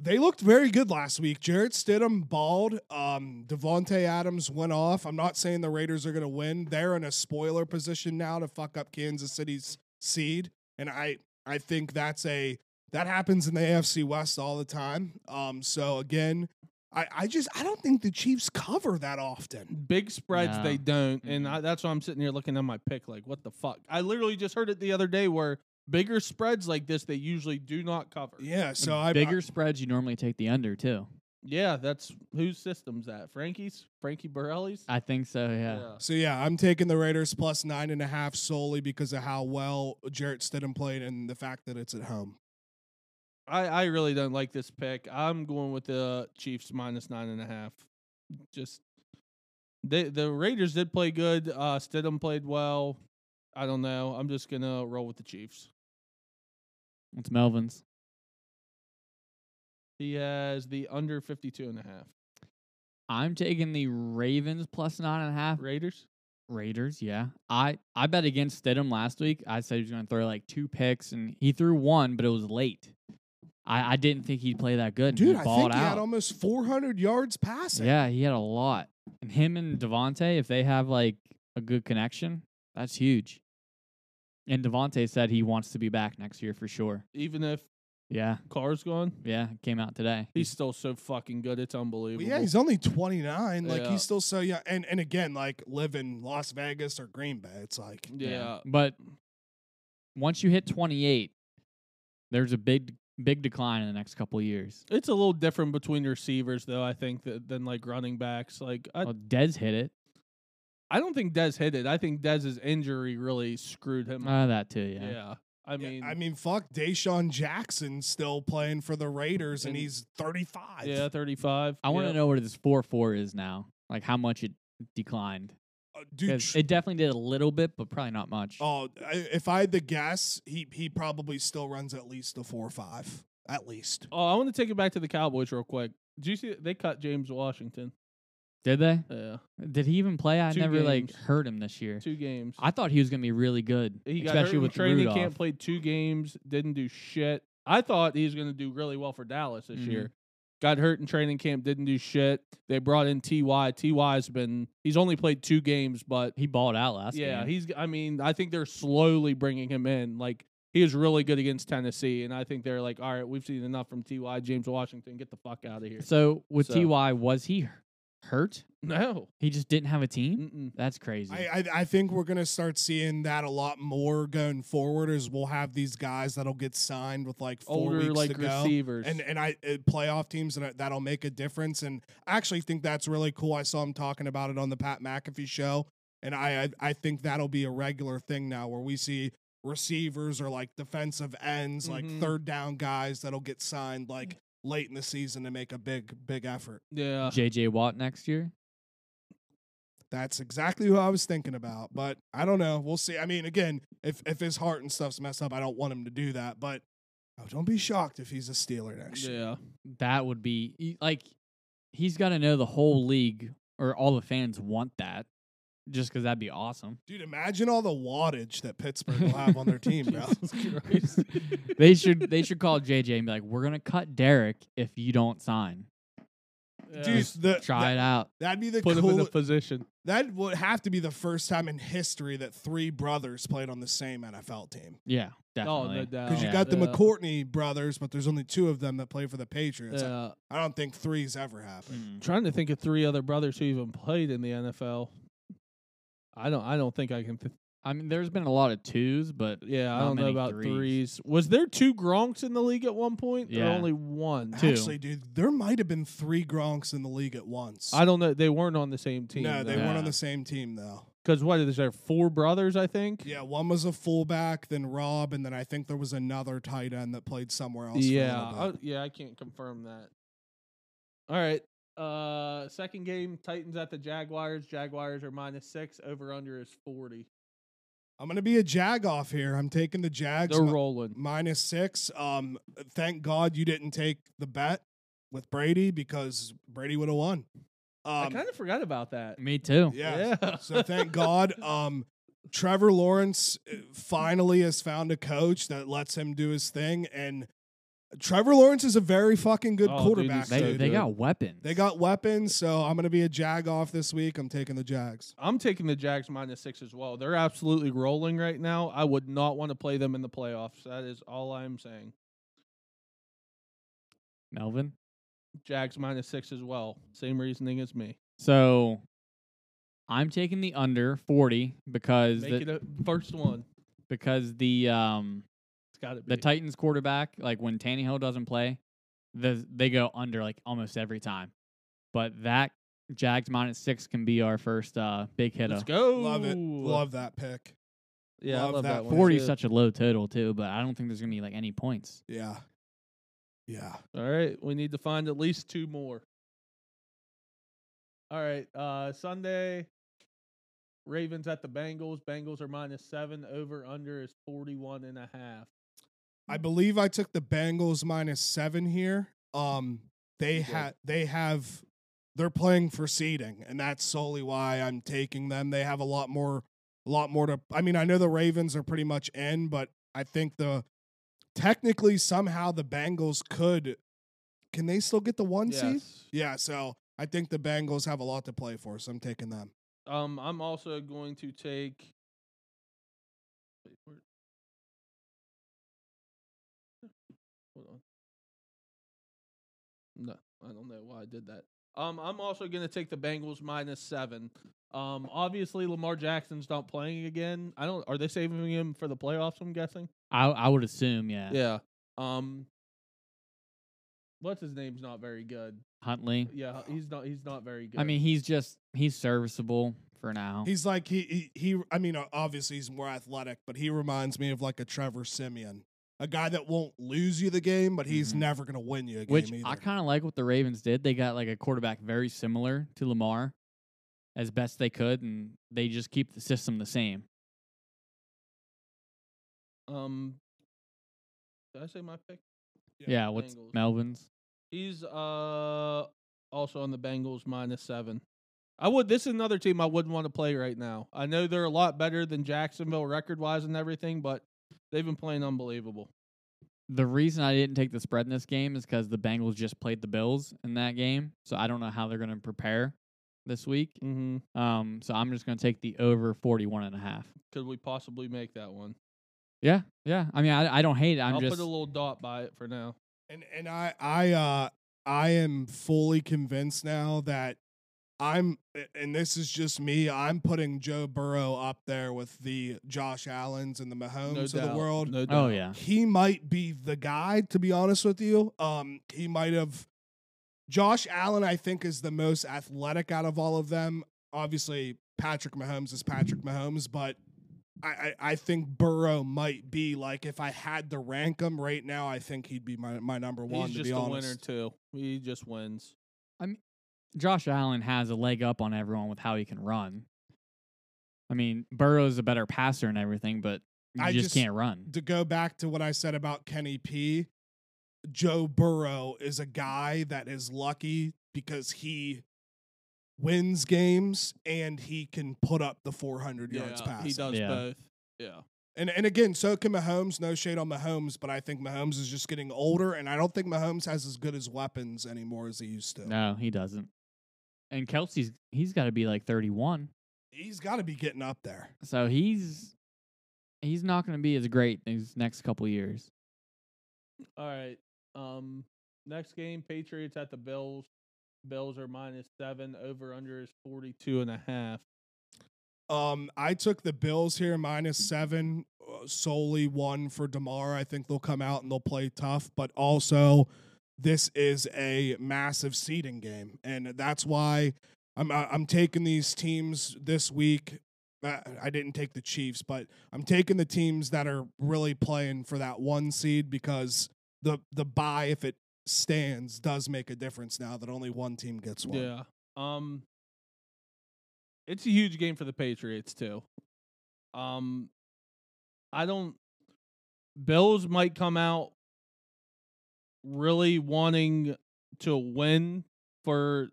they looked very good last week. Jarrett Stidham balled. Um, Devonte Adams went off. I'm not saying the Raiders are going to win. They're in a spoiler position now to fuck up Kansas City's seed, and I I think that's a that happens in the AFC West all the time. Um, so again, I I just I don't think the Chiefs cover that often. Big spreads, they No. don't, and Mm-mm. I, that's why I'm sitting here looking at my pick, like, what the fuck? I literally just heard it the other day where bigger spreads like this they usually do not cover. Yeah. And So I bigger spreads, you normally take the under too. Yeah, that's whose system's that? Frankie's? Frankie Borelli's? I think so. Uh, Yeah. So yeah, I'm taking the Raiders plus nine and a half solely because of how well Jarrett Stidham played and the fact that it's at home. I, I really don't like this pick. I'm going with the Chiefs minus nine and a half. Just they the Raiders did play good. Uh Stidham played well. I don't know. I'm just gonna roll with the Chiefs. It's Melvin's. He has the under 52 and a half. I'm taking the Ravens plus nine and a half. Raiders? Raiders, yeah. I I bet against Stidham last week. I said he was going to throw like two picks, and he threw one, but it was late. I, I didn't think he'd play that good. and Dude, he I balled think he had out. almost 400 yards passing. Yeah, he had a lot. And him and Devontae, if they have like a good connection, that's huge. And Devontae said he wants to be back next year for sure. Even if Yeah, Carr's gone, yeah, it came out today. he's still so fucking good. It's Well, unbelievable. yeah, he's only 29. Like Yeah. he's still so young. And and again, like live in Las Vegas or Green Bay, it's like yeah. But once you hit 28, there's a big big decline in the next couple of years. It's a little different between receivers, though. I think that than like running backs. Like I, Well, Oh, Dez hit it. I don't think Dez hit it. I think Dez's injury really screwed him. up. Ah, that too, yeah. yeah. I mean, I mean, fuck Deshaun Jackson still playing for the Raiders and, And- he's 35. yeah, thirty-five. I want to Yep. know what this 4 4 is now, like how much it declined. Uh, 'Cause dude, tr- It definitely did a little bit, but probably not much. oh, I- if I had to guess, he he probably still runs at least a 4 or 5 at least. Oh, I want to take it back to the Cowboys real quick. Did you see they cut James Washington? Did they? Yeah, Did he even play? I Two never like games. heard him this year. two games. I thought he was gonna be really good, he got hurt especially in with training Rudolph. camp. Played two games, didn't do shit. I thought he was going to do really well for Dallas this Mhm. year. Got hurt in training camp, didn't do shit. They brought in Ty. Ty's been he's only played two games, but He balled out last yeah, game. he's. I mean, I think they're slowly bringing him in. Like he was really good against Tennessee, and I think they're like, all right, we've seen enough from Ty James Washington. Get the fuck out of here. so with So- Ty, was he h- hurt? No, He just didn't have a team. Mm-mm. That's crazy. I, I I think we're gonna start seeing that a lot more going forward. Is we'll have these guys that'll get signed with like four older weeks like to go. receivers. and and I uh, playoff teams and I- that'll make a difference. And I actually think that's really cool. I saw him talking about it on the Pat McAfee show, and I I, I think that'll be a regular thing now where we see receivers or like defensive ends, Mhm. like third down guys that'll get signed like late in the season to make a big big effort. yeah, JJ Uh, Watt next year. That's exactly who I was thinking about, but I don't know. We'll see. I mean, again, if if his heart and stuff's messed up, I don't want him to do that, but. Oh, don't be shocked if he's a Steeler next year. yeah. That would be e- like he's got to know the whole league or all the fans want that, just because that'd be awesome. Dude, imagine all the wattage that Pittsburgh will have on their team, bro. Jesus Christ. they should they should call JJ and be like, "We're gonna cut Derek if you don't sign. Uh, Yeah. Dude, the, Try it out." that, would be the put him in cool. the position. that would have to be the first time in history that three brothers played on the same NFL team. Yeah, Oh, definitely. no doubt. Because Yeah. you got the Yeah. McCourtney brothers, but there's only two of them that play for the Patriots. I- Yeah. I don't think three's ever Mm. happened. trying to think of three other brothers who even played in the NFL. I don't. I don't think I can. Th- I mean, there's been a lot of twos, but Yeah, I Not don't know many about threes. threes. Was there two Gronks in the league at one point? Or Yeah. only one. Two. Actually, dude, there might have been three Gronks in the league at once. I don't know. They weren't on the same team. no, they though. weren't on Yeah. the same team though. Because what is there? Four brothers, I think. Yeah, one was a fullback, then Rob, and then I think there was another tight end that played somewhere else. for a Yeah, little I, bit. yeah, I can't confirm that. All right. Uh, second game, Titans at the Jaguars. Jaguars are minus six. Over under is forty. I'm gonna be a jag off here. I'm taking the Jags They're mi- rolling. minus six. Um, thank God you didn't take the bet with Brady because Brady would have won. I Um, kind of forgot about that. me too. yeah. So thank God. Um, Trevor Lawrence uh, finally has found a coach that lets him do his thing, and Trevor Lawrence is a very fucking good Oh, dude, quarterback. he's They so dude. they good. got weapons. They got weapons, so I'm gonna be a jag off this week. I'm taking the Jags. I'm taking the Jags minus six as well. They're absolutely rolling right now. I would not want to play them in the playoffs. That is all I'm saying. Melvin. Jags minus six as well. Same reasoning as me. So I'm taking the under 40 because Make the, it a first one. because the um It's got to be the Titans quarterback like when Tannehill doesn't play, the they go under like almost every time. But that Jags minus 6 can be our first uh big hit. Let's go. Love it. Love that pick. Yeah, I love love that that, one. 40 too. is such a low total too, but I don't think there's going to be like any points. Yeah. Yeah. All right, we need to find at least two more. All right, uh Sunday Ravens at the Bengals. Bengals are minus 7, over under is 41 and a half. Mm-hmm. I believe I took the Bengals minus seven here. Um, they You did. had they have they're playing for seeding, and that's solely why I'm taking them. They have a lot more, a lot more to. I mean, I know the Ravens are pretty much in, but I think the technically somehow the Bengals could. Can they still get the one seed? Yes. Yeah. So I think the Bengals have a lot to play for, so I'm taking them. Um I'm also going to take Wait, where- Hold on. No, I don't know why I did that. Um, I'm also going to take the Bengals minus seven. Um, obviously Lamar Jackson's not playing again. I don't. Are they saving him for the playoffs? I'm guessing. I I would assume, yeah. Yeah. Um, what's his name's not very good. Huntley. Yeah, he's not. He's not very good. I mean, he's just he's serviceable for now. He's like he, he he. I mean, obviously he's more athletic, but he reminds me of like a Trevor Simeon, a guy that won't lose you the game, but he's Mhm. never gonna win you a game Which either. I kind of like what the Ravens did. They got like a quarterback very similar to Lamar as best they could, and they just keep the system the same. um, did I say my pick? Yeah, Yeah, what's Bengals. Melvin's? He's uh also on the Bengals minus seven. I would. This is another team I wouldn't want to play right now. I know they're a lot better than Jacksonville record wise and everything, but they've been playing unbelievable. The reason I didn't take the spread in this game is because the Bengals just played the Bills in that game, so I don't know how they're going to prepare this week. Mm-hmm. Um, so I'm just going to take the over 41 and a half. Could we possibly make that one? Yeah, yeah. I mean, I, I don't hate it. I'm will just put a little dot by it for now. and and I I uh I am fully convinced now that I'm and this is just me. I'm putting Joe Burrow up there with the Josh Allen's and the No Mahomes of doubt. the world. No doubt. oh yeah. he might be the guy to be honest with you um he might have josh allen i think is the most athletic out of all of them obviously patrick mahomes is patrick mahomes but i i, I think burrow might be like if i had to rank him right now i think he'd be my, my number one He's to just be a honest winner too. He just wins. Josh Allen has a leg up on everyone with how he can run. I mean, Burrow's a better passer and everything, but you I just, just- can't run. to go back to what I said about Kenny P, Joe Burrow is a guy that is lucky because he wins games and he can put up the 400 yards yeah, pass. he does Yeah. both. Yeah. And and again, so can Mahomes. No shade on Mahomes, but I think Mahomes is just getting older, and I don't think Mahomes has as good as weapons anymore as he used to. No, he doesn't. And Kelsey's he's got to be like 31, He's got to be getting up there. so he's he's not going to be as great these next couple years. All right. Um, next game, Patriots at the Bills. Bills are minus seven. Over under is forty two and a half. Um, I took the Bills here minus seven, uh, solely one for Demar. I think they'll come out and they'll play tough, but also this is a massive seeding game, and that's why I'm I- I'm taking these teams this week. I I didn't take the Chiefs, but I'm taking the teams that are really playing for that one seed because the the buy, if it stands, does make a difference now that only one team gets one. Yeah. Um It's a huge game for the Patriots too. Um I don't Bills might come out really wanting to win for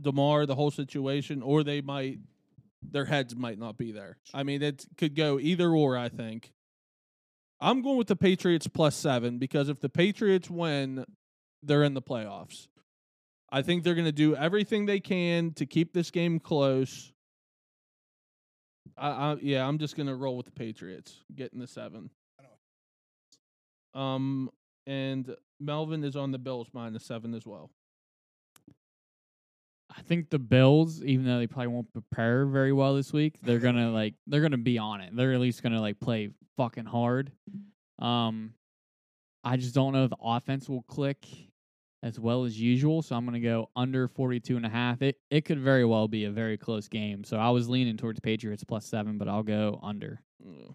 DeMar the whole situation or they might their heads might not be there. I mean, it could go either or, I think. I'm going with the Patriots plus 7 because if the Patriots win, they're in the playoffs. I think they're going to do everything they can to keep this game close. I, I yeah, I'm just going to roll with the Patriots getting the seven. I Um, and Melvin is on the Bills minus seven as well. I think the Bills, even though they probably won't prepare very well this week, they're gonna like they're gonna be on it. They're at least gonna like play fucking hard. Um, I just don't know if the offense will click as well as usual, so I'm gonna go under 42 and a half. It it could very well be a very close game. So I was leaning towards Patriots plus seven, but I'll go under. Mm.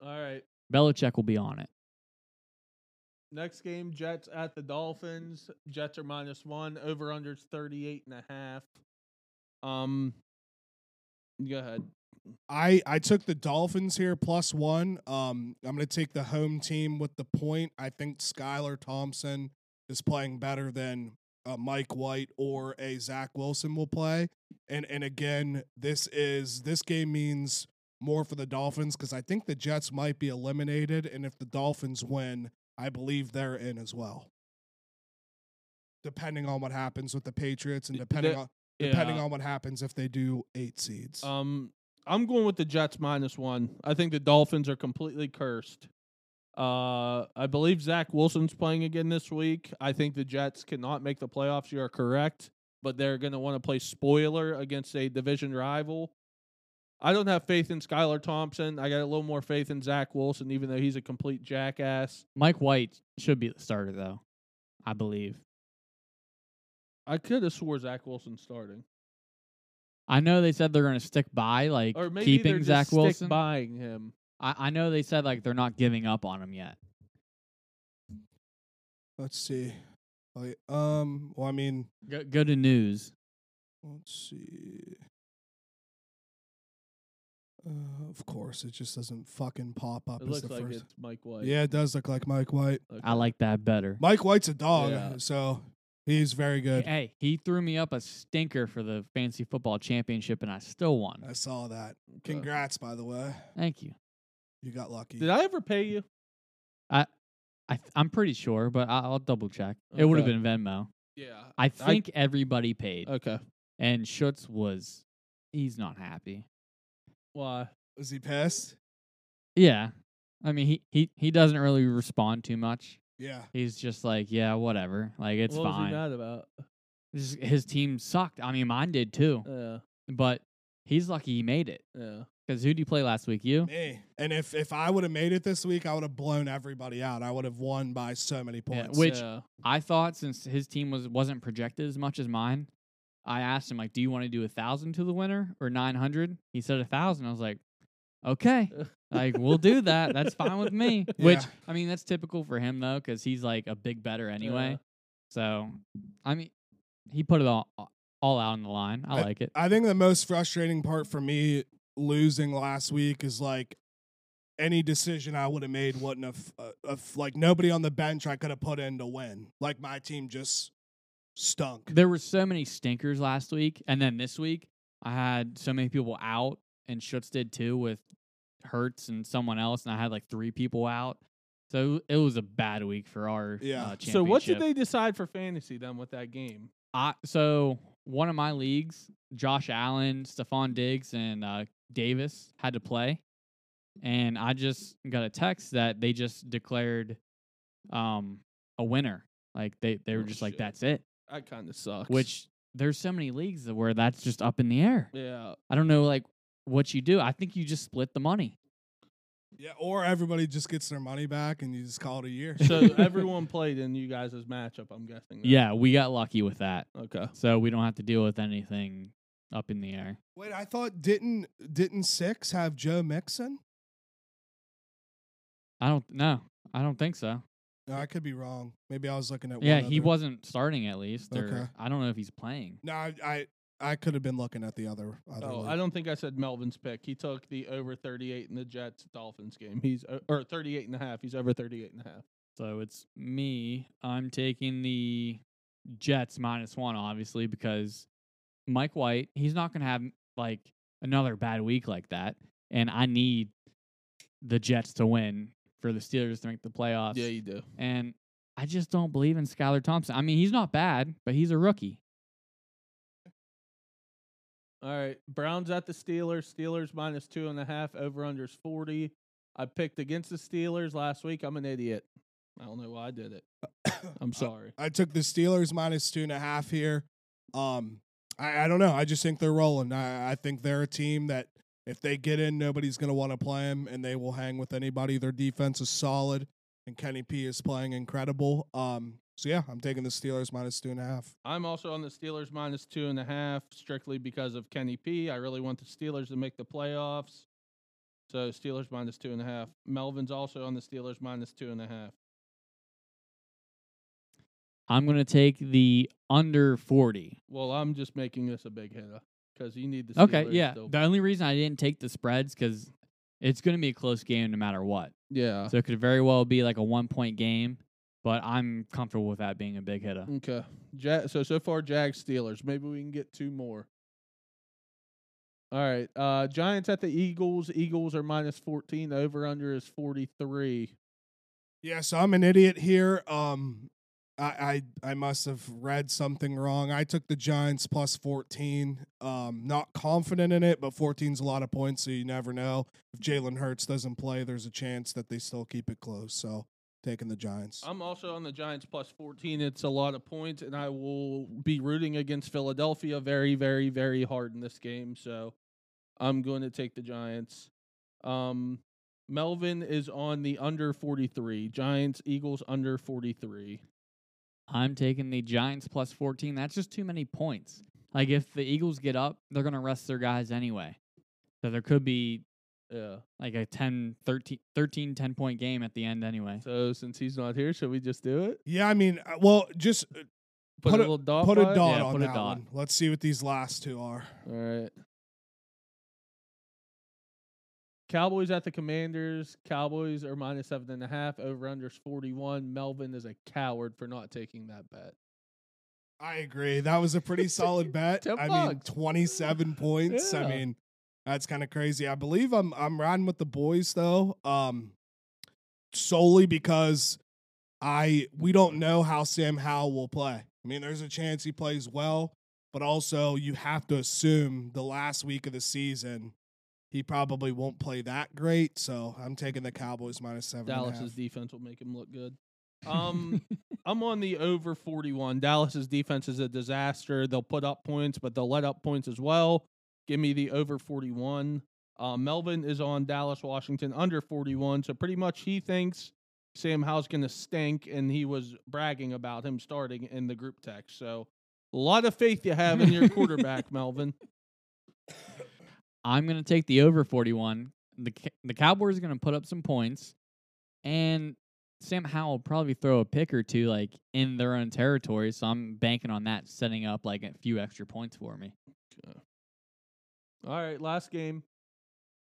All right, Belichick will be on it. next game: Jets at the Dolphins. Jets are minus one. Over unders 38 and a half. Um, go ahead. I I took the Dolphins here plus one. Um, I'm going to take the home team with the point. I think Skylar Thompson is playing better than uh, Mike White or a Zach Wilson will play. And and again, this is this game means more for the Dolphins because I think the Jets might be eliminated, and if the Dolphins win, I believe they're in as well. Depending on what happens with the Patriots, and Y- depending the- on depending Yeah. on what happens if they do eight seeds. Um, I'm going with the Jets minus one. I think the Dolphins are completely cursed. Uh, I believe Zach Wilson's playing again this week. I think the Jets cannot make the playoffs. You are correct, but they're going to want to play spoiler against a division rival. I don't have faith in Skylar Thompson. I got a little more faith in Zach Wilson, even though he's a complete jackass. Mike White should be the starter though, I believe. I could have swore Zach Wilson starting, I know they said they're gonna stick by like or maybe they're keeping just Zach stick Wilson. buying him. I, I know they said like they're not giving up on him yet. Let's see. Wait, um. Well, I mean, Go, go to news. let's see. Uh, of course, it just doesn't fucking pop up. It as looks the like first. it's Mike White. Yeah, it does look like Mike White. I Okay. like that better. Mike White's a dog, Yeah. so he's very good. Hey, he threw me up a stinker for the fancy football championship, and I still won. I saw that. Okay. Congrats, by the way. Thank you. You got lucky. Did I ever pay you? I th- I'm pretty sure, but I, I'll double check. It would have Okay. been Venmo. Yeah. I think everybody paid, Okay. and Schutz was. He's not happy. Why? Was he pissed? Yeah, I mean he he he doesn't really respond too much. Yeah. He's just like, yeah, whatever. Like it's what was he fine. mad about? Just- his team sucked. I mean, mine did too. Yeah, But he's lucky he made it. yeah. Because who do you play last week? You? Me. And if if I would have made it this week, I would have blown everybody out. I would have won by so many Yeah, points. Which- yeah. I thought since his team was wasn't projected as much as mine, I asked him like, "Do you want to do a thousand to the winner or nine hundred? He said a thousand. I was like, "Okay, like we'll do that. That's fine with me." Which Yeah. I mean, that's typical for him though, because he's like a big better anyway. Yeah. So, I mean, he put it all all out on the line. I, like it. I think the most frustrating part for me losing last week is like any decision I would have made wouldn't have, uh, if like nobody on the bench I could have put in to win. Like my team just stunk. there were so many stinkers last week, and then this week I had so many people out, and Schutz did too with Hertz and someone else, and I had like three people out. So it was a bad week for our Yeah. Uh, So what did championship. they decide for fantasy then with that game? I so one of my leagues, Josh Allen, Stephon Diggs, and uh, Davis had to play, and I just got a text that they just declared um, a winner. Like they they were Oh, just like shit. that's it, That kind of sucks. which there's so many leagues that where that's just up in the air. Yeah. I don't know like what you do. I think you just split the money. Yeah, or everybody just gets their money back and you just call it a year. So everyone played in you guys' matchup, I'm guessing. then. Yeah, we got lucky with that. Okay. So we don't have to deal with anything up in the air. Wait, I thought didn't didn't six have Joe Mixon? I don't no, I don't think so. No, I could be wrong. Maybe I was looking at yeah, one he other- wasn't starting at least. Or Okay. I don't know if he's playing. No, I I, I could have been looking at the other. other Oh, league. I don't think I said Melvin's pick. He took the over 38 in the Jets Dolphins game. He's o- or 38 and a half. He's over 38 and a half. So it's me. I'm taking the Jets minus one, obviously, because Mike White, he's not going to have like another bad week like that. And I need the Jets to win for the Steelers to make the playoffs. Yeah, you do. And I just don't believe in Skylar Thompson. I mean, he's not bad, but he's a rookie. All right. Browns at the Steelers. Steelers minus two and a half. Over unders 40. I picked against the Steelers last week. I'm an idiot. I don't know why I did it. I'm sorry. I took the Steelers minus two and a half here. Um, I, I don't know. I just think they're rolling. I, I think they're a team that if they get in, nobody's going to want to play them, and they will hang with anybody. Their defense is solid, and Kenny P is playing incredible. Um, so yeah, I'm taking the Steelers minus two and a half. I'm also on the Steelers minus two and a half, strictly because of Kenny P. I really want the Steelers to make the playoffs. So Steelers minus two and a half. Melvin's also on the Steelers minus two and a half. I'm going to take the under 40. Well, I'm just making this a big hitter because you need the Steelers. Okay, yeah. to- The only reason I didn't take the spreads because it's going to be a close game no matter what. yeah. So it could very well be like a one point game, but I'm comfortable with that being a big hitter. Okay. Ja- so so far, Jags Steelers. Maybe we can get two more. All right. Uh Giants at the Eagles. Eagles are minus fourteen. Over under is forty three. Yeah, so I'm an idiot here. Um, I, I I must have read something wrong. I took the Giants plus 14. Um, not confident in it, but 14's a lot of points, so you never know. If Jalen Hurts doesn't play, there's a chance that they still keep it close. So taking the Giants. Um, I'm also on the Giants plus 14. It's a lot of points, and I will be rooting against Philadelphia very, very, very hard in this game. So I'm going to take the Giants. Um, Melvin is on the under 43. Giants, Eagles under 43. I'm taking the Giants plus 14. That's just too many points. Like if the Eagles get up, they're going to rest their guys anyway. So there could be Yeah. like a 10, 13, 13 10 point game at the end anyway. So since he's not here, should we just do it? yeah, I mean, uh, well, just uh, Put, Put a a- little dot. put a by it? dot Yeah, on put a that dot. one. Let's see what these last two are. All right. Cowboys at the Commanders. Cowboys are minus seven and a half. Over unders forty one. Melvin is a coward for not taking that bet. I agree. That was a pretty solid bet. Ten I mean, bucks. 27 points. Yeah. I mean, that's kind of crazy. I believe I'm I'm riding with the boys though. Um solely because I we don't know how Sam Howell will play. I mean, there's a chance he plays well, but also you have to assume the last week of the season he probably won't play that great. So I'm taking the Cowboys minus seven. and a Dallas's half. defense will make him look good. Um, I'm on the over 41. Dallas's defense is a disaster. They'll put up points, but they'll let up points as well. Give me the over 41. Uh, Melvin is on Dallas, Washington under 41. So pretty much he thinks Sam Howell's going to stink, and he was bragging about him starting in the group text. So a lot of faith you have in your quarterback, Melvin. I'm going to take the over 41. The Ca- the Cowboys are going to put up some points and Sam Howell will probably throw a pick or two like in their own territory, so I'm banking on that setting up like a few extra points for me. All right, last game.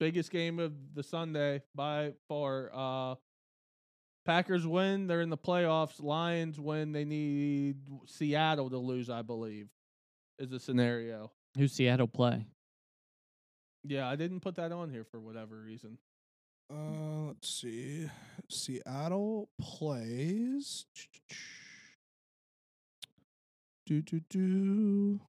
Biggest game of the Sunday by far. Uh Packers win, they're in the playoffs. Lions win, they need Seattle to lose, I believe. Is a scenario. Who Seattle play? Yeah, I didn't put that on here for whatever reason. Uh, let's see. Seattle plays. Do do do.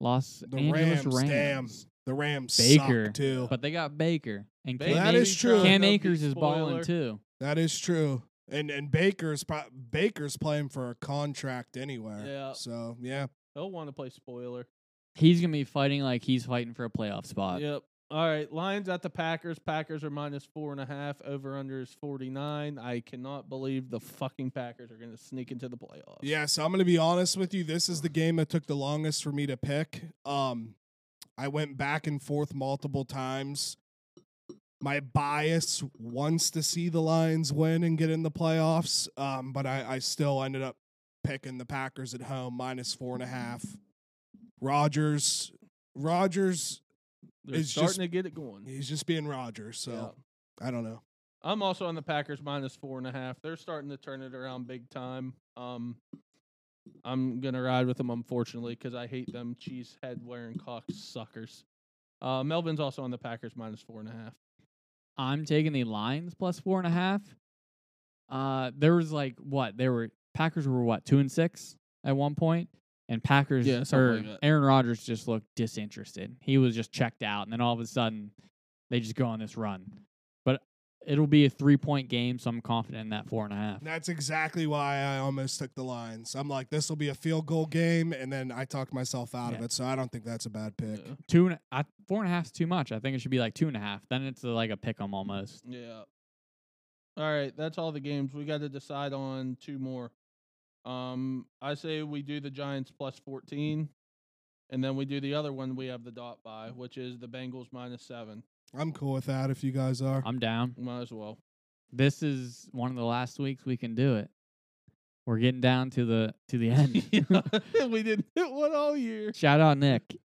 Los The Angeles Rams, damn. Rams. The Rams Baker, suck too. But they got Baker and Baker Cam, That Akers, is true. Don't Cam be Akers is spoiler. balling too. that is true. And and Baker's pro- Baker's playing for a contract anywhere. Yeah. So yeah, He'll want to play spoiler. He's gonna be fighting like he's fighting for a playoff Uh, spot. Yep. All right. Lions at the Packers. Packers are minus four and a half. Over under is 49. I cannot believe the fucking Packers are going to sneak into the playoffs. Yeah, so I'm going to be honest with you. This is the game that took the longest for me to pick. Um, I went back and forth multiple times. My bias wants to see the Lions win and get in the playoffs, um, but I, I still ended up picking the Packers at home minus four and a half. Rogers, Rogers, They're It's starting just- to get it going. he's just being Rogers. So Yeah. I don't know. I'm also on the Packers minus four and a half. They're starting to turn it around big time. Um, I'm gonna ride with them, unfortunately, because I hate them cheesehead wearing cocksuckers. Uh, Melvin's also on the Packers minus four and a half. I'm taking the Lions plus four and a half. Uh, there was like what there were Packers were what two and six at one point, and Packers Yeah, something or like that. Aaron Rodgers just looked disinterested. He was just checked out, and then all of a sudden, they just go on this run. But it'll be a three point game, so I'm confident in that four and a half. That's exactly why I almost took the Lions. I'm like, this will be a field goal game, and then I talked myself out of Yeah. it. So I don't think that's a bad pick. Yeah. Two and I, four and a half is too much. I think it should be like two and a half. Then it's uh, like a pick 'em almost. Yeah. All right, that's all the games. We got to decide on two more. Um, I say we do the Giants plus 14, and then we do the other one we have the dot by, which is the Bengals minus seven. I'm cool with that if you guys are. I'm down. Might as well. this is one of the last weeks we can do it. We're getting down to the to the end. we didn't hit one all year. Shout out Nick.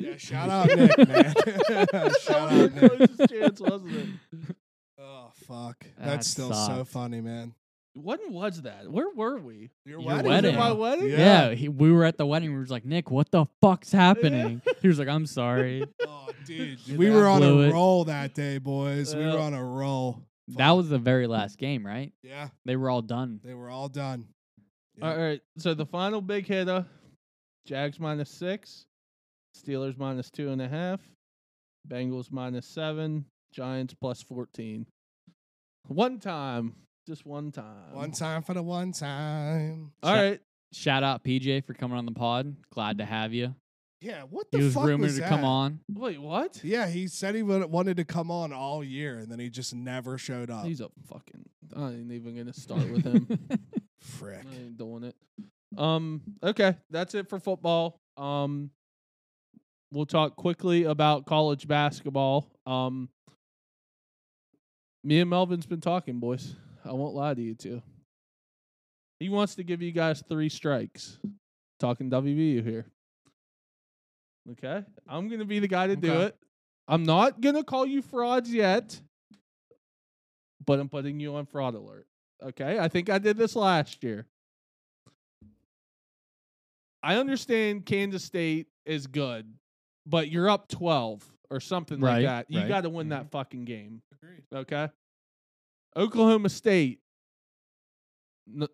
Yeah, shout out Nick, man. shout That out was Nick. your closest chance, wasn't it? Oh fuck, That that's still so sucked. funny, man. When was that? Where were we? Your Your, Was it wedding. my wedding? Yeah, he, we were at the wedding. We was like, Nick, what the fuck's happening? He was like, I'm sorry. Oh, dude, Yeah, we that were on blew a it. roll that day, boys. We were Yeah. on a roll. that was the very last game, right? Yeah, They were all done. they were all done. All right. So the final big hitter Jags minus six, Steelers minus two and a half, Bengals minus seven, Giants plus 14. One time. Just one Uh, time. One time for the one time. All right. Shout out PJ for coming on the pod. Glad to have you. Yeah, what the He was fuck rumored was to that? come on. Wait, what? Yeah, he said he would, wanted to come on all year, and then he just never showed up. He's a fucking. I ain't even going to start with him. Frick. I ain't doing it. Um. Okay, that's it for football. Um. We'll talk quickly about college basketball. Um. Me and Melvin's been talking, boys. I won't lie to you two. He wants to give you guys three strikes. Talking WVU here. Okay, I'm gonna be the guy to do Okay. it. I'm not gonna call you frauds yet, but I'm putting you on fraud alert. Okay, I think I did this last year. I understand Kansas State is good, but you're up 12 or something like Right, that. You right. Mm-hmm. got to win that fucking game. Okay. Oklahoma State. N-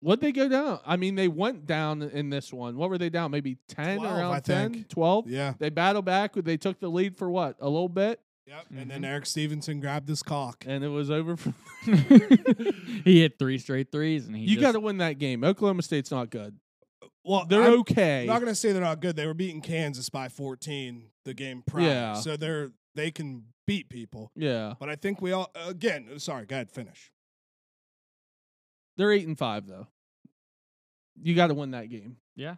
What'd they go down? I mean, they went down in this one. What were they down? Maybe 10 12, around I 10, think. 12? Yeah. They battled back. They took the lead for what? A little bit, Yep. Mm-hmm. And then Eric Stevenson grabbed his cock. and it was over for he hit three straight threes, and he You just- got to win that game. Oklahoma State's not good. Well, They're I'm okay. not going to say they're not good. They were beating Kansas by 14 the game prior. Yeah. So they're they can beat people. yeah. But I think we all again, sorry, go ahead, finish. They're 8 and 5 though. You got to win that game. Yeah.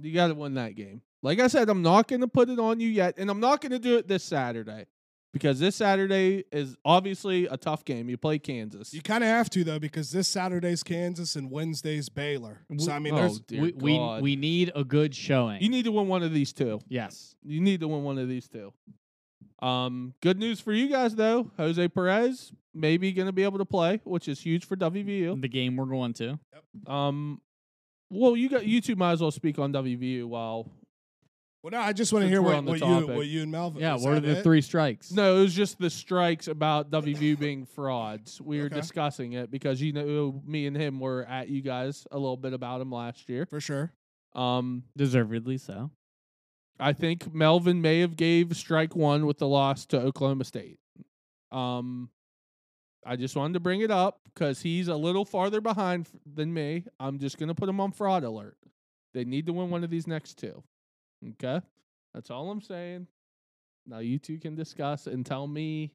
You got to win that game. Like I said, I'm not going to put it on you yet, and I'm not going to do it this Saturday because this Saturday is obviously a tough game. You play Kansas. You kind of have to though because this Saturday's Kansas and Wednesday's Baylor. So I mean, Oh, there's dear we, we God. we need a good showing. You need to win one of these two. yes. You need to win one of these two. Um, good news for you guys though. Jose Perez maybe going to be able to play, which is huge for WVU. The game we're going to. Um, well, you got you two might as well speak on WVU while. well, no, I just want to Since hear we're what, on the what you topic. what you and Melvin. Yeah, is what are that the it? three strikes? No, it was just the strikes about WVU being frauds. We were Okay. discussing it because you know me and him were at you guys a little bit about him last year. for sure. Um, Deservedly so. I think Melvin may have gave strike one with the loss to Oklahoma State. Um, I just wanted to bring it up because he's a little farther behind f- than me. I'm just gonna put him on fraud alert. They need to win one of these next two. Okay? That's all I'm saying. Now you two can discuss and tell me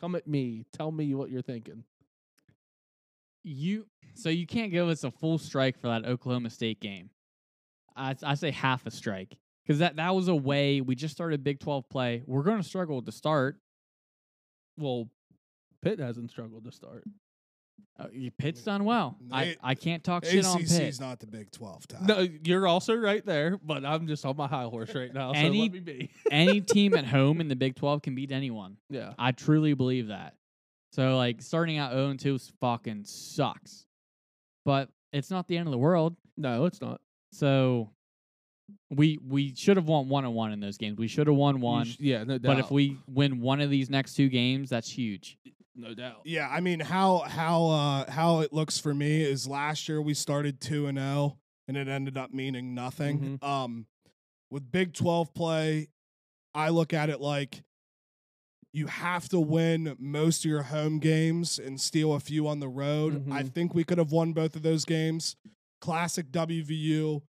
come at me. Tell me what you're thinking. You so you can't give us a full strike for that Oklahoma State game. I I say half a strike because that that was a way we just started Big Twelve play. We're going to struggle to start. Well, Pitt hasn't struggled to start. Uh, y- Pitt's done well. I They- I can't talk shit on ACC Pitt. is not the Big Twelve. Ty. No, you're also right there, but I'm just on my high horse right now. so Any- let me be. Any team at home in the Big Twelve can beat anyone. Yeah. I truly believe that. So like starting out 0 2 fucking sucks. But it's not the end of the world. No, it's not. So we we should have won one on one in those games. We should have won You one. sh- yeah, no doubt. but if we win one of these next two games, that's huge. no doubt. Yeah, I mean how how uh how it looks for me is last year we started 2 and 0 and it ended up meaning nothing. Um with Big 12 play, I look at it like you have to win most of your home games and steal a few on the road. I Mhm. think we could have won both of those games. Classic WVU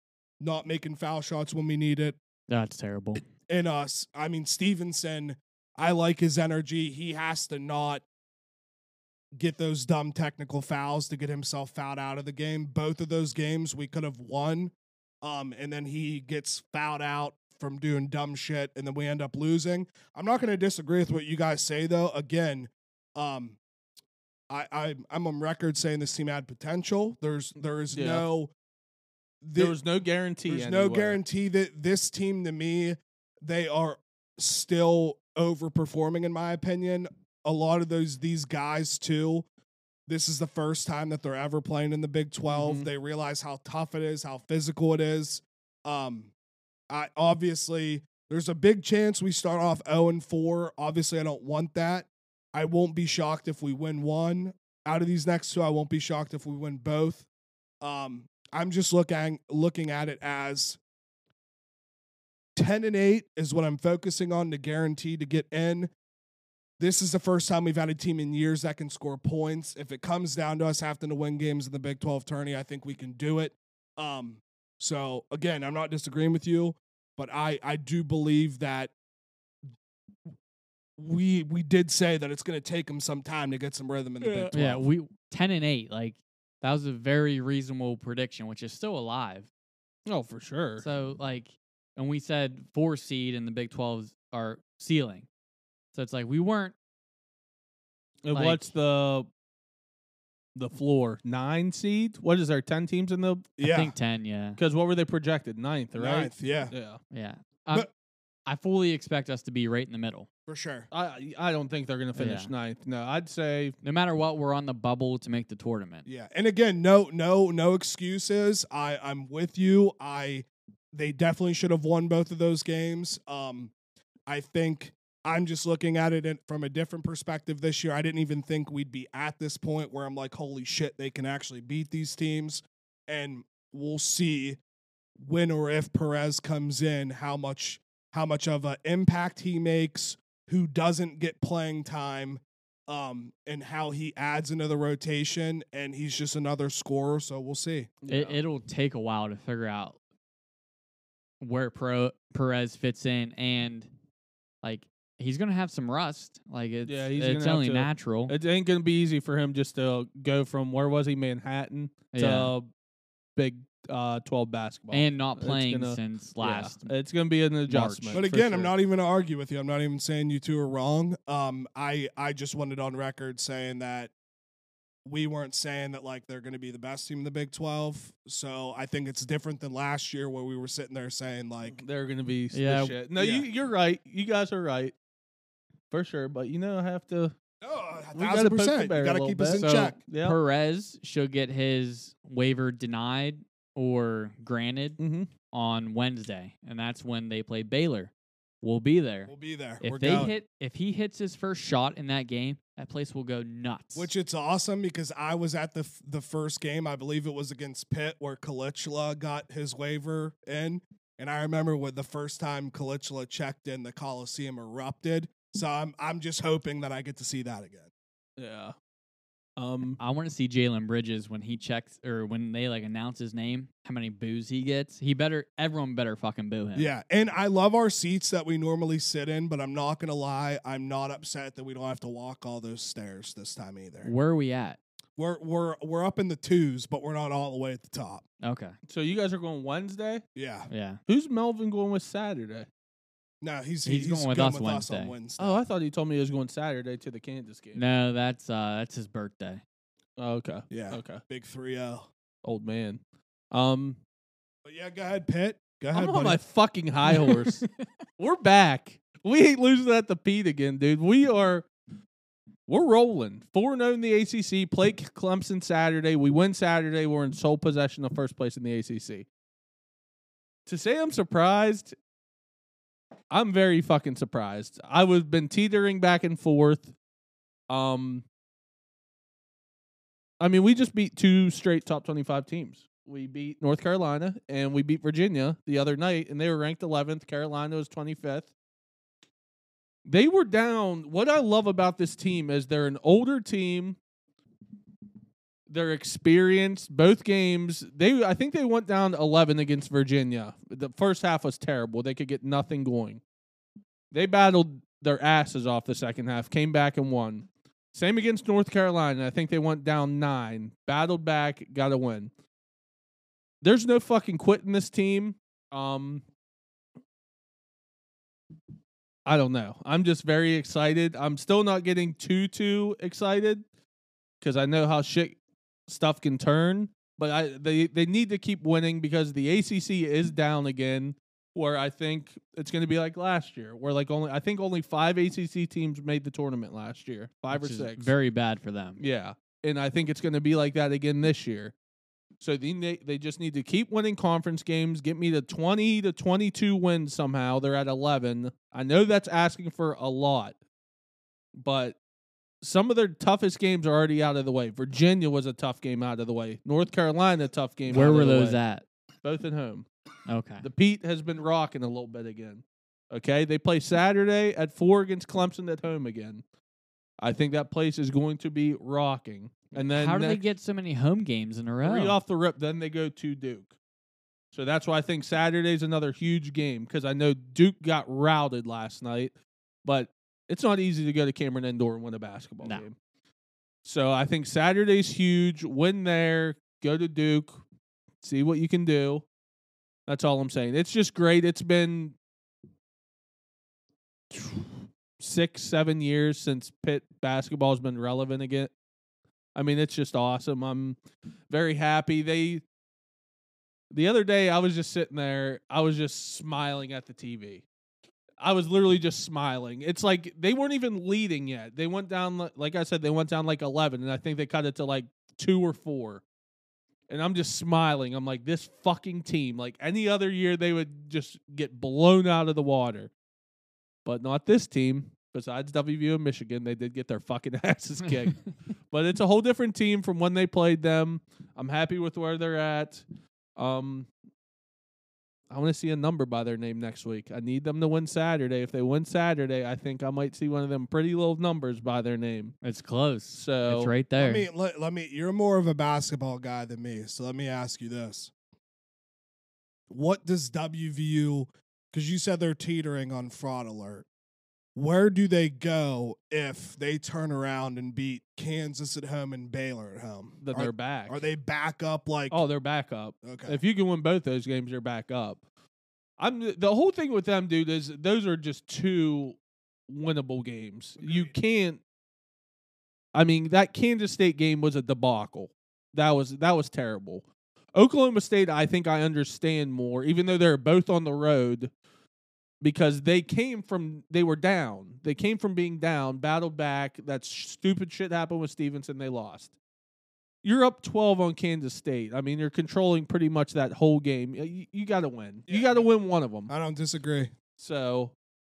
not making foul shots when we need it That's terrible. in us. I mean, Stevenson, I like his energy. He has to not get those dumb technical fouls to get himself fouled out of the game. Both of those games we could have won. Um, and then he gets fouled out from doing dumb shit, and then we end up losing. I'm not going to disagree with what you guys say, though. Again, um, I, I I'm on record saying this team had potential. There's there is Yeah. no There was no guarantee. there's no anywhere. guarantee that this team, to me, they are still overperforming, in my opinion. A lot of those these guys too. This is the first time that they're ever playing in the Big 12 Mhm. They realize how tough it is, how physical it is. Um, I obviously there's a big chance we start off 0 and 4. Obviously, I don't want that. I won't be shocked if we win one out of these next two. I won't be shocked if we win both. Um, I'm just looking looking at it as 10 and 8 is what I'm focusing on to guarantee to get in. This is the first time we've had a team in years that can score points. If it comes down to us having to win games in the Big 12 tourney, I think we can do it. Um, so again, I'm not disagreeing with you, but I I do believe that we we did say that it's going to take them some time to get some rhythm in the Big 12. Yeah, we ten and eight. Like that was a very reasonable prediction, which is still alive. Oh, for sure. So like, and we said four seed in the Big 12s are ceiling. So it's like we weren't and like- what's the the floor? Nine seed? What is there? Ten teams in the I yeah. think ten. Yeah, because what were they projected? Ninth, right? Ninth, yeah, Yeah. yeah. i But- I fully expect us to be right in the middle. for sure. I I don't think they're gonna finish Yeah. ninth. No, I'd say No matter what, we're on the bubble to make the tournament. Yeah, and again, no, no, no excuses. I, I'm with you. I, they definitely should have won both of those games. Um, I think I'm just looking at it in, from a different perspective this year. I didn't even think we'd be at this point where I'm like, holy shit, they can actually beat these teams, and we'll see when or if Perez comes in, how much, how much of an impact he makes, who doesn't get playing time um, and how he adds into the rotation, and he's just another scorer. So we'll see. It, it'll take a while to figure out where Pro, Perez fits in, and like he's gonna have some rust. Like it's Yeah, he's gonna it's have only to- natural. it ain't gonna be easy for him just to go from where was he Manhattan to Yeah. big uh, twelve basketball and not It's playing gonna- since Yeah. last. It's gonna be an adjustment. But for again, I'm sure. not even gonna argue with you. I'm not even saying you two are wrong. Um, I I just wanted on record saying that we weren't saying that like they're gonna be the best team in the Big Twelve. So I think it's different than last year where we were sitting there saying like, they're gonna be yeah. Yeah, shit. No, yeah. you you're right. You guys are right. For sure, but you know I have to oh, a We gotta thousand poke the percent, you bear a gotta little keep us bit. in So- check. yeah. Perez should get his waiver denied or granted mm-hmm. on Wednesday, and that's when they play Baylor. We'll be there. We'll be there. we're If they going. hit, if he hits his first shot in that game, that place will go nuts. Which it's awesome because I was at the f- the first game. I believe it was against Pitt where Kalichla got his waiver in, and I remember when the first time Kalichla checked in, the Coliseum erupted. So I'm I'm just hoping that I get to see that again. Yeah. Um, I want to see Jalen Bridges when he checks or when they like announce his name, how many boos he gets. He better everyone better fucking boo him. Yeah, and I love our seats that we normally sit in, but I'm not gonna lie, I'm not upset that we don't have to walk all those stairs this time either. Where are we at? We're we're we're up in the twos, but we're not all the way at the top. Okay. so you guys are going Wednesday. Yeah, Yeah. Who's Melvin going with Saturday? no, he's He's he's, going with going us with us on Wednesday. Oh, I thought he told me he was going Saturday to the Kansas game. No, that's uh that's his birthday. Oh, okay, yeah, okay, big three oh. zero. old man. Um, But yeah, go ahead, Pitt. Go ahead. I'm on buddy. my fucking high horse. we're back. We ain't losing that to Pete again, dude. We are. We're rolling. 4 0 in the ACC. Play C- Clemson Saturday. We win Saturday. We're in sole possession of first place in the ACC. To say I'm surprised, I'm very fucking surprised. I was been teetering back and forth. Um, I mean, we just beat two straight top 25 teams. We beat North Carolina and we beat Virginia the other night, and they were ranked 11th. Carolina was 25th. They were down. What I love about this team is they're an older team. They're experienced. Both games, they I think they went down 11 against Virginia. The first half was terrible. They could get nothing going. They battled their asses off the second half, came back and won. Same against North Carolina. I think they went down nine, battled back, got a win. There's no fucking quitting this team. Um, I don't know. I'm just very excited. I'm still not getting too too excited because I know how shit stuff can turn. But I they they need to keep winning because the ACC is down again. Where I think it's going to be like last year, where like only I think only five ACC teams made the tournament last year, five Which or is six. Very bad for them. Yeah, and I think it's going to be like that again this year. So they ne- they just need to keep winning conference games. Get me to twenty to twenty two wins somehow. They're at eleven. I know that's asking for a lot, but some of their toughest games are already out of the way. Virginia was a tough game out of the way. North Carolina tough game. Where out were of the those way. at? Both at home. Okay. The Pete has been rocking a little bit again. Okay, they play Saturday at four against Clemson at home again. I think that place is going to be rocking. And then How do they next- get so many home games in a row? three off the rip, then they go to Duke. So that's why I think Saturday's another huge game because I know Duke got routed last night, but it's not easy to go to Cameron Indoor and win a basketball No. game. So I think Saturday's huge. Win there, go to Duke, see what you can do. That's all I'm saying. It's just great. It's been six, seven years since Pitt basketball's been relevant again. I mean, it's just awesome. I'm very happy. They the other day I was just sitting there, I was just smiling at the TV. I was literally just smiling. It's like they weren't even leading yet. They went down li- like I said, they went down like eleven, and I think they cut it to like two or four. And I'm just smiling. I'm like, this fucking team, like any other year, they would just get blown out of the water. But not this team. Besides WVU and Michigan, they did get their fucking asses kicked but it's a whole different team from when they played them. I'm happy with where they're at. Um, I want to see a number by their name next week. I need them to win Saturday. If they win Saturday, I think I might see one of them pretty little numbers by their name. it's close. So it's right there. Let me let, let me. You're more of a basketball guy than me, so let me ask you this: What does WVU? Because you said they're teetering on fraud alert. Where do they go if they turn around and beat Kansas at home and Baylor at home? then are, they're back. are they back up? Like Oh, they're back up. okay, If you can win both those games, you're back up. I'm the whole thing with them, dude. Is those are just two winnable games. You Agreed. can't. I mean, that Kansas State game was a debacle. That was that was terrible. Oklahoma State, I think I understand more, even though they're both on the road, because they came from they were down. They came from being down, battled back. That stupid shit happened with Stevenson. They lost you're up 12 on Kansas State. I mean, you're controlling pretty much that whole game. Y- You, got to win. You Yeah. got to win one of them. I don't disagree. So,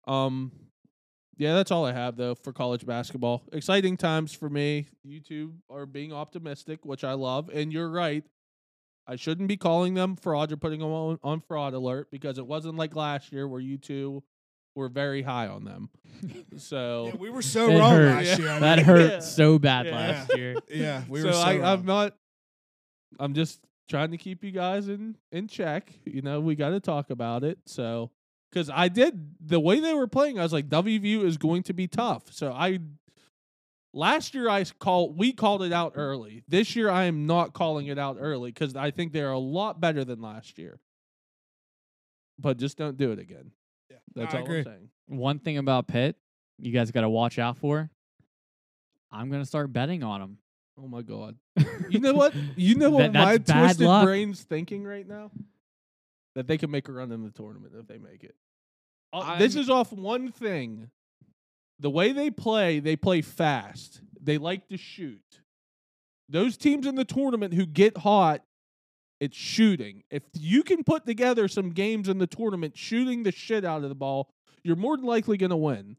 um, yeah, that's all I have though for college basketball. Exciting times for me. You two are being optimistic, which I love, and you're right. I shouldn't be calling them fraud or putting them on, on fraud alert because it wasn't like last year where you two were very high on them. so Oh. Yeah, we were so It wrong hurt. last year. I That mean, hurt Yeah. so bad Yeah. last year. Yeah, we so, were so I, I'm wrong. not. I'm just trying to keep you guys in in check. You know, we got to talk about it. So, because I did the way they were playing, I was like, WVU is going to be tough. So I last year I s- call we called it out early. This year I am not calling it out early because I think they're a lot better than last year. But just don't do it again. Yeah, no, That's I all agree. I'm saying. One thing about Pitt, you guys got to watch out for. I'm gonna start betting on him. Oh my god. You know what? You know what That- that's my bad twisted luck. brain's thinking right now? That they can make a run in the tournament if they make it. Uh, this I'm- is off one thing. The way they play, they play fast. They like to shoot. Those teams in the tournament who get hot, it's shooting. If you can put together some games in the tournament shooting the shit out of the ball, you're more than likely going to win.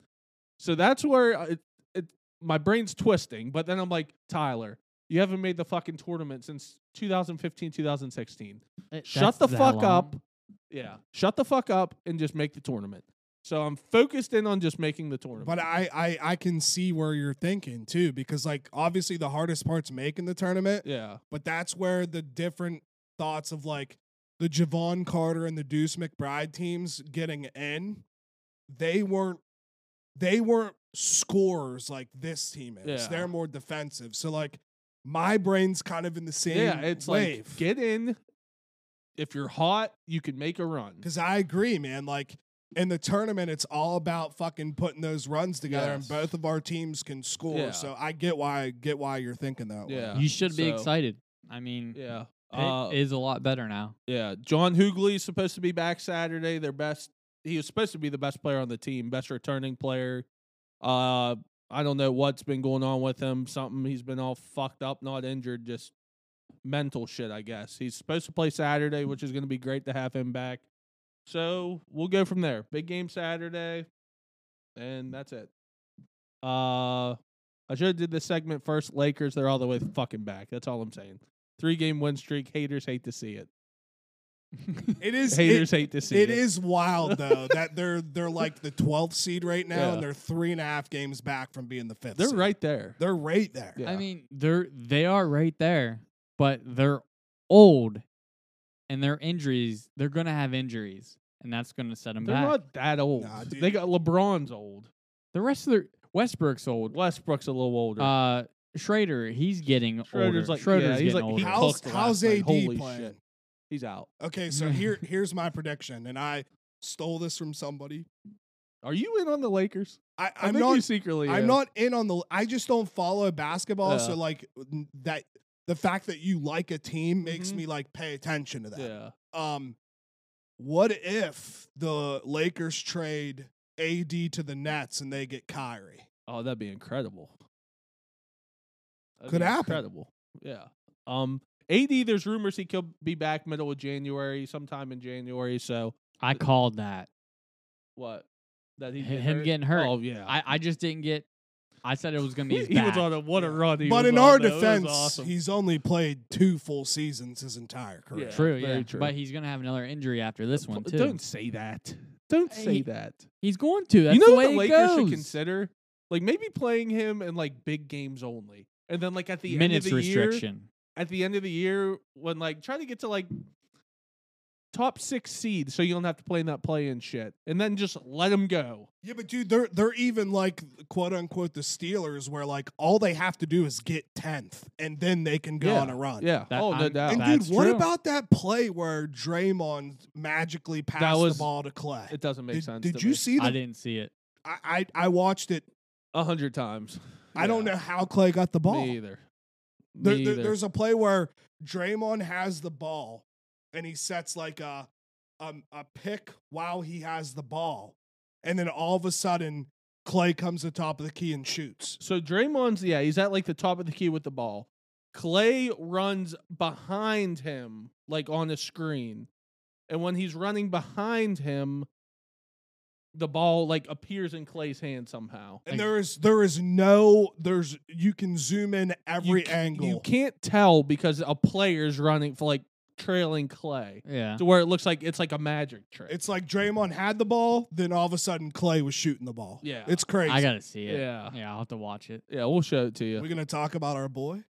So that's where uh, it, it, my brain's twisting. But then I'm like, Tyler, you haven't made the fucking tournament since 2015, 2016. It- Shut that's the that fuck long. up. Yeah. Shut the fuck up and just make the tournament. So I'm focused in on just making the tournament. But I, I I can see where you're thinking too, because like obviously the hardest part's making the tournament, yeah. but that's where the different thoughts of like the Javon Carter and the Deuce McBride teams getting in, they weren't they weren't scorers like this team is. Yeah. They're more defensive. So like my brain's kind of in the same Yeah. It's wave. like, get in. If you're hot, you can make a run. Because I agree, man. Like in the tournament, it's all about fucking putting those runs together, and Yes. both of our teams can score. Yeah. So I get why get why you're thinking that way. Yeah. You should be So- excited. I mean, Yeah. Pitt Uh, is a lot better now. Yeah, John Hoogley is supposed to be back Saturday. Their best, he was supposed to be the best player on the team, best returning player. Uh, I don't know what's been going on with him. Something he's been all fucked up, not injured, just mental shit, I guess. He's supposed to play Saturday, which is going to be great to have him back. So we'll go from there. Big game Saturday, and that's it. Uh, I should have did this segment first. Lakers, they're all the way fucking back. That's all I'm saying. Three game win streak. Haters hate to see it. It is Haters it, hate to see it. it is wild though that they're they're like the 12th seed right now, Yeah. and they're three and a half games back from being the fifth. They're seed. right there. They're right there. Yeah. I mean, they're they are right there, but they're old, and their injuries. They're gonna have injuries, and that's gonna set them They're back. not that old. Nah, dude. they got LeBron's old. the rest of their Westbrook's old. Westbrook's a little older. Uh, Schrader, he's getting Schroeder's older. like- yeah, Schroeder's he's getting like- he older. How- How's cooked last how's night. AD Holy playing? shit. He's out. Okay, so here here's my prediction, and I stole this from somebody. Are you in on the Lakers? I, I I'm think not you secretly. I'm am. not in on the. I just don't follow basketball, Yeah. so like n- that. The fact that you like a team makes Mhm. me like pay attention to that. Yeah. Um, what if the Lakers trade AD to the Nets and they get Kyrie? Oh, that'd be incredible. That'd Could happen. Incredible. Yeah. Um. AD, there's rumors he could be back middle of January, sometime in January. So I called that. what? That he H- him getting hurt. Oh yeah. I, I just didn't get. I said it was gonna be. His he back. was on a what a Yeah. run. he but was in on, our though. It was defense, awesome. he's only played two full seasons his entire career. Yeah, True, very yeah. true. But he's gonna have another injury after this one too. Don't say that. Don't Hey, say he- that. He's going to. That's you know the what way the it Lakers should goes. consider? Like maybe playing him in like big games only. And then like at the Minutes end of the year, restriction. at the end of the year when like try to get to like top 6 seed so you don't have to play in that play in shit. And then just let him go. Yeah, but dude, they're they're even like quote unquote the Steelers, where like all they have to do is get tenth, and then they can go Yeah, on a run. Yeah. That- oh, no I'm- doubt. And That's dude, what true. about that play where Draymond magically passed was- the ball to Clay? it doesn't make Did, sense. did to you me. see I the? didn't see it. I, I I watched it. a hundred times? I don't Yeah. know how Clay got the ball. Me either. There- Me there- either. there's a play where Draymond has the ball, and he sets like a um, a pick while he has the ball, and then all of a sudden Clay comes to the top of the key and shoots. So Draymond's yeah, he's at like the top of the key with the ball. Clay runs behind him like on a screen. And when he's running behind him, the ball like appears in Clay's hand somehow. And Like- there is there is no there's you can zoom in You every ca- angle. You can't tell because a player's running for like trailing Clay Yeah. to where it looks like it's like a magic trick. It's like Draymond had the ball, then all of a sudden Clay was shooting the ball. Yeah. It's crazy. I gotta see it. yeah, Yeah, I'll have to watch it. yeah. We'll show it to you, We're gonna talk about our boy.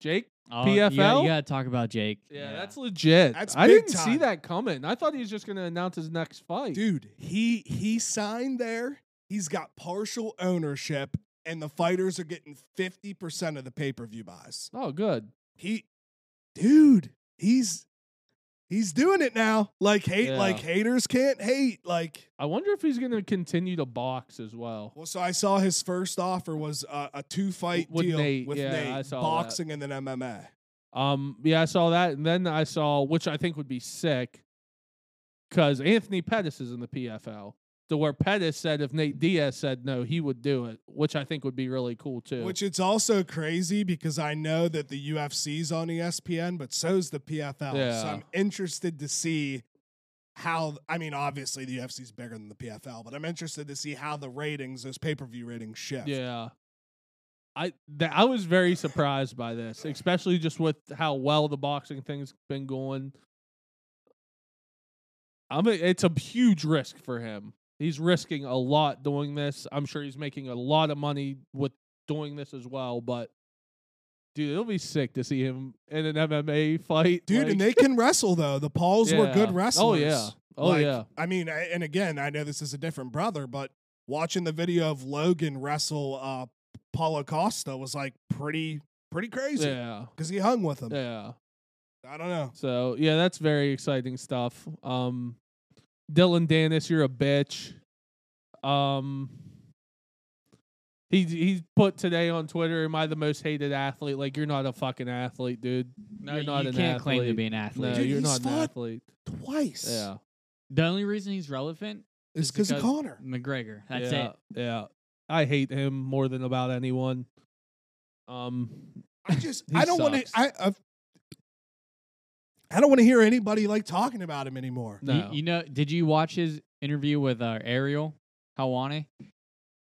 Jake. Oh, you gotta- PFL? You gotta talk about Jake. Yeah, that's legit. That's I big didn't see time. that coming. I thought he was just gonna announce his next fight. Dude, he he signed there. He's got partial ownership, and the fighters are getting 50% of the pay-per-view buys. Oh, good. He dude, he's he's doing it now. Like hate Yeah. like haters can't hate. Like I wonder if he's gonna continue to box as well. well, so I saw his first offer was uh, a two fight With deal Nate, with yeah, Nate, I saw that. boxing and then MMA. Um, yeah, I saw that, and then I saw which I think would be sick because Anthony Pettis is in the PFL. To where Pettis said if Nate Diaz said no, he would do it, which I think would be really cool too. Which it's also crazy because I know that the UFC's on E ESPN, but so's the PFL. So Yeah. I'm interested to see how I mean, obviously the UFC's bigger than the PFL, but I'm interested to see how the ratings, those pay-per-view ratings shift. Yeah. I th- I was very surprised by this, especially just with how well the boxing thing's been going. I'm a, it's a huge risk for him. He's risking a lot doing this. I'm sure he's making a lot of money with doing this as well, but dude, it'll be sick to see him in an MMA fight. Dude, and like- they can wrestle though. The Pauls were Yeah. good wrestlers. Oh yeah. Oh Like, yeah. I mean, I, and again, I know this is a different brother, but watching the video of Logan wrestle uh Paulo Costa was like pretty pretty crazy Um, Yeah. because he hung with him. Yeah. I don't know. So yeah, that's very exciting stuff. Um, Dylan Dennis, you're a bitch. Um, he he put today on Twitter, "Am I the most hated athlete?" Like you're not a fucking athlete, dude. No, you're you not can't an claim to athlete. be an No, athlete. Dude, you're he's not an fought- athlete. Twice. Yeah, The only reason he's relevant It's Just because of because- Connor. McGregor. That's yeah, it. Yeah, I hate him more than about anyone. Um, I just He I don't want to sucks. I I've, I don't want to hear anybody like talking about him anymore. You- no, You, know, did you watch his interview with uh, Ariel Helwani?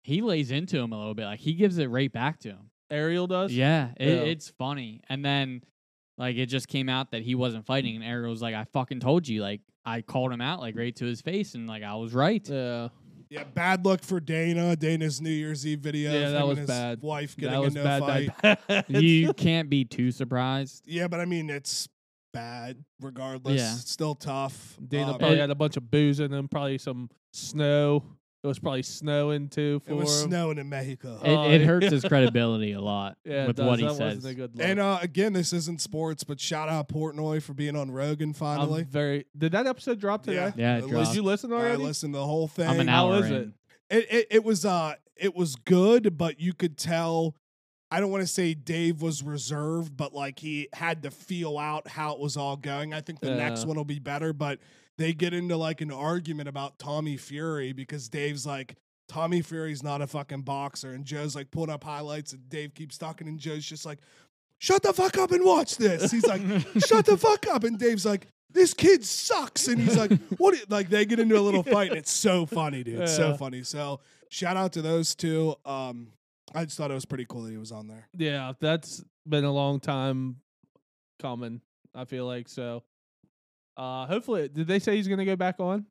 He lays into him a little bit. Like he gives it right back to him. Ariel does. Yeah, it, Yeah. it's funny. And then, like, it just came out that he wasn't fighting, and Ariel was like, "I fucking told you." Like, I called him out like right to his face, and like I was right. yeah. Yeah, bad luck for Dana. Dana's New Year's Eve video. Yeah, of that him was and his bad. Wife getting That was into bad. a fight. that bad. You can't be too surprised. Yeah, but I mean it's bad regardless. Yeah. It's still tough. Dana Um, probably it- had a bunch of booze in him, probably some snow. It was probably snowing too for it was him. snowing in Mexico. Uh, It, it yeah. hurts his credibility a lot yeah, it with does. what he that says. Wasn't a good look. and uh, again, this isn't sports, but shout out Portnoy for being on Rogan I'm finally. very. Did that episode drop today? Yeah, it I dropped. Did you listen I already? listened to the whole thing. I'm an How hour is in. it? it, it it was uh it was good, but you could tell I don't want to say Dave was reserved, but like he had to feel out how it was all going. I think the next Yeah. one will be better, but they get into like an argument about Tommy Fury because Dave's like Tommy Fury's not a fucking boxer, and Joe's like pulling up highlights, and Dave keeps talking, and Joe's just like, "Shut the fuck up and watch this." He's like, shut the fuck up. And Dave's like, this kid sucks. And he's like, what? do you-" Like they get into a little fight and it's so funny, dude. It's so Yeah. funny. So shout out to those two. Um, I just thought it was pretty cool that he was on there. Yeah, that's been a long time coming. I feel like so. Uh, hopefully, did they say he's gonna go back on?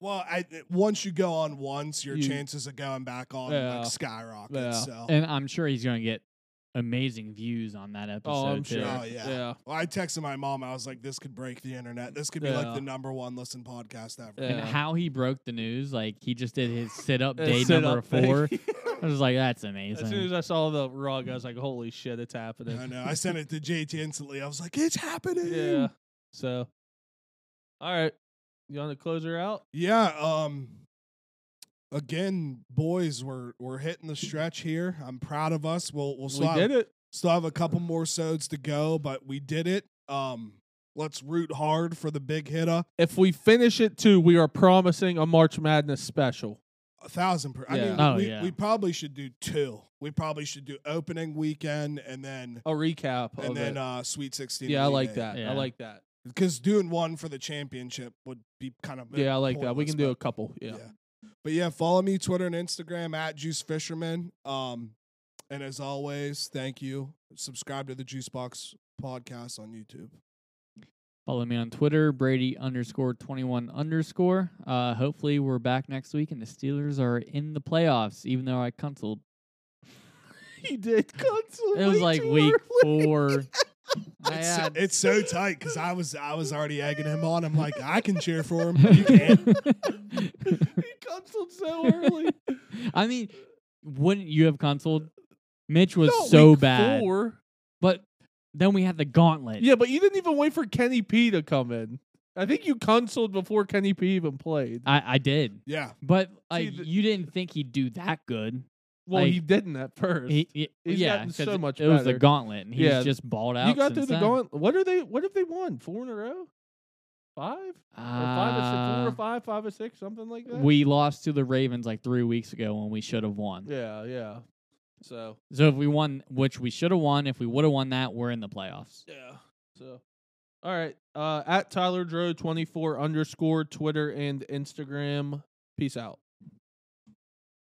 Well, I, once you go on once, your You- chances of going back on Yeah. like skyrocket. Yeah. So And I'm sure he's going to get amazing views on that episode. Oh, I'm too. sure. Oh, yeah. yeah, well, I texted my mom. I was like, this could break the internet. This could be like Yeah. the number one listened podcast ever. Yeah. And how he broke the news, like he just did his sit up Uh, day sit number up thing. four. I was like, that's as soon as amazing. I saw the rug, I was like, "Holy shit, it's happening!" I know. I sent it to JT instantly. I was like, it's happening. Yeah. So, all right, you want to close her out? Yeah. Um. Again, boys, we're we're hitting the stretch here. I'm proud of us. We'll we'll still, we did have, it. still have a couple more sods to go, but we did it. Um. Let's root hard for the big hitter. If we finish it too, we are promising a March Madness special. A thousand. Per- I Yeah. mean, Oh, we, yeah. we probably should do two. We probably should do opening weekend and then A recap and of then it. uh Sweet Sixteen. yeah, I like that. Yeah. I like that. because doing one for the championship would be kind of Yeah, I like that. We pointless, can do but- a couple. Yeah. But yeah, follow me Twitter and Instagram at Juice Fisherman. Um, and as always, thank you. Subscribe to the Juice Box podcast on YouTube. Follow me on Twitter, Brady underscore twenty one underscore. Uh, hopefully, we're back next week and the Steelers are in the playoffs. Even though I consoled, He did console. it was like week four. I It's, so- had- it's so tight because I was I was already egging him on. I'm like, I can cheer for him. You can't. he consoled so early. I mean, wouldn't you have consoled? Mitch was Not so week bad, Four. but then we had the gauntlet. Yeah, but you didn't even wait for Kenny P to come in. I think you consoled before Kenny P even played. I, I did, Yeah, but like the- you didn't think he'd do that good. Well, like- he didn't at first. He, he- He's yeah, gotten 'cause so much It was the better. gauntlet, and he's Yeah. just balled out. you got through since the then. gauntlet. What are they? What have they won? Four in a row? Five? Or five or six? Four Uh, or five? Five or six? Something like that. We lost to the Ravens like three weeks ago when we should have won. Yeah, yeah. So So if we won, which we should have won, if we would have won that, we're in the playoffs. yeah. So all right. Uh, at Tyler Dro twenty four underscore Twitter and Instagram. Peace out.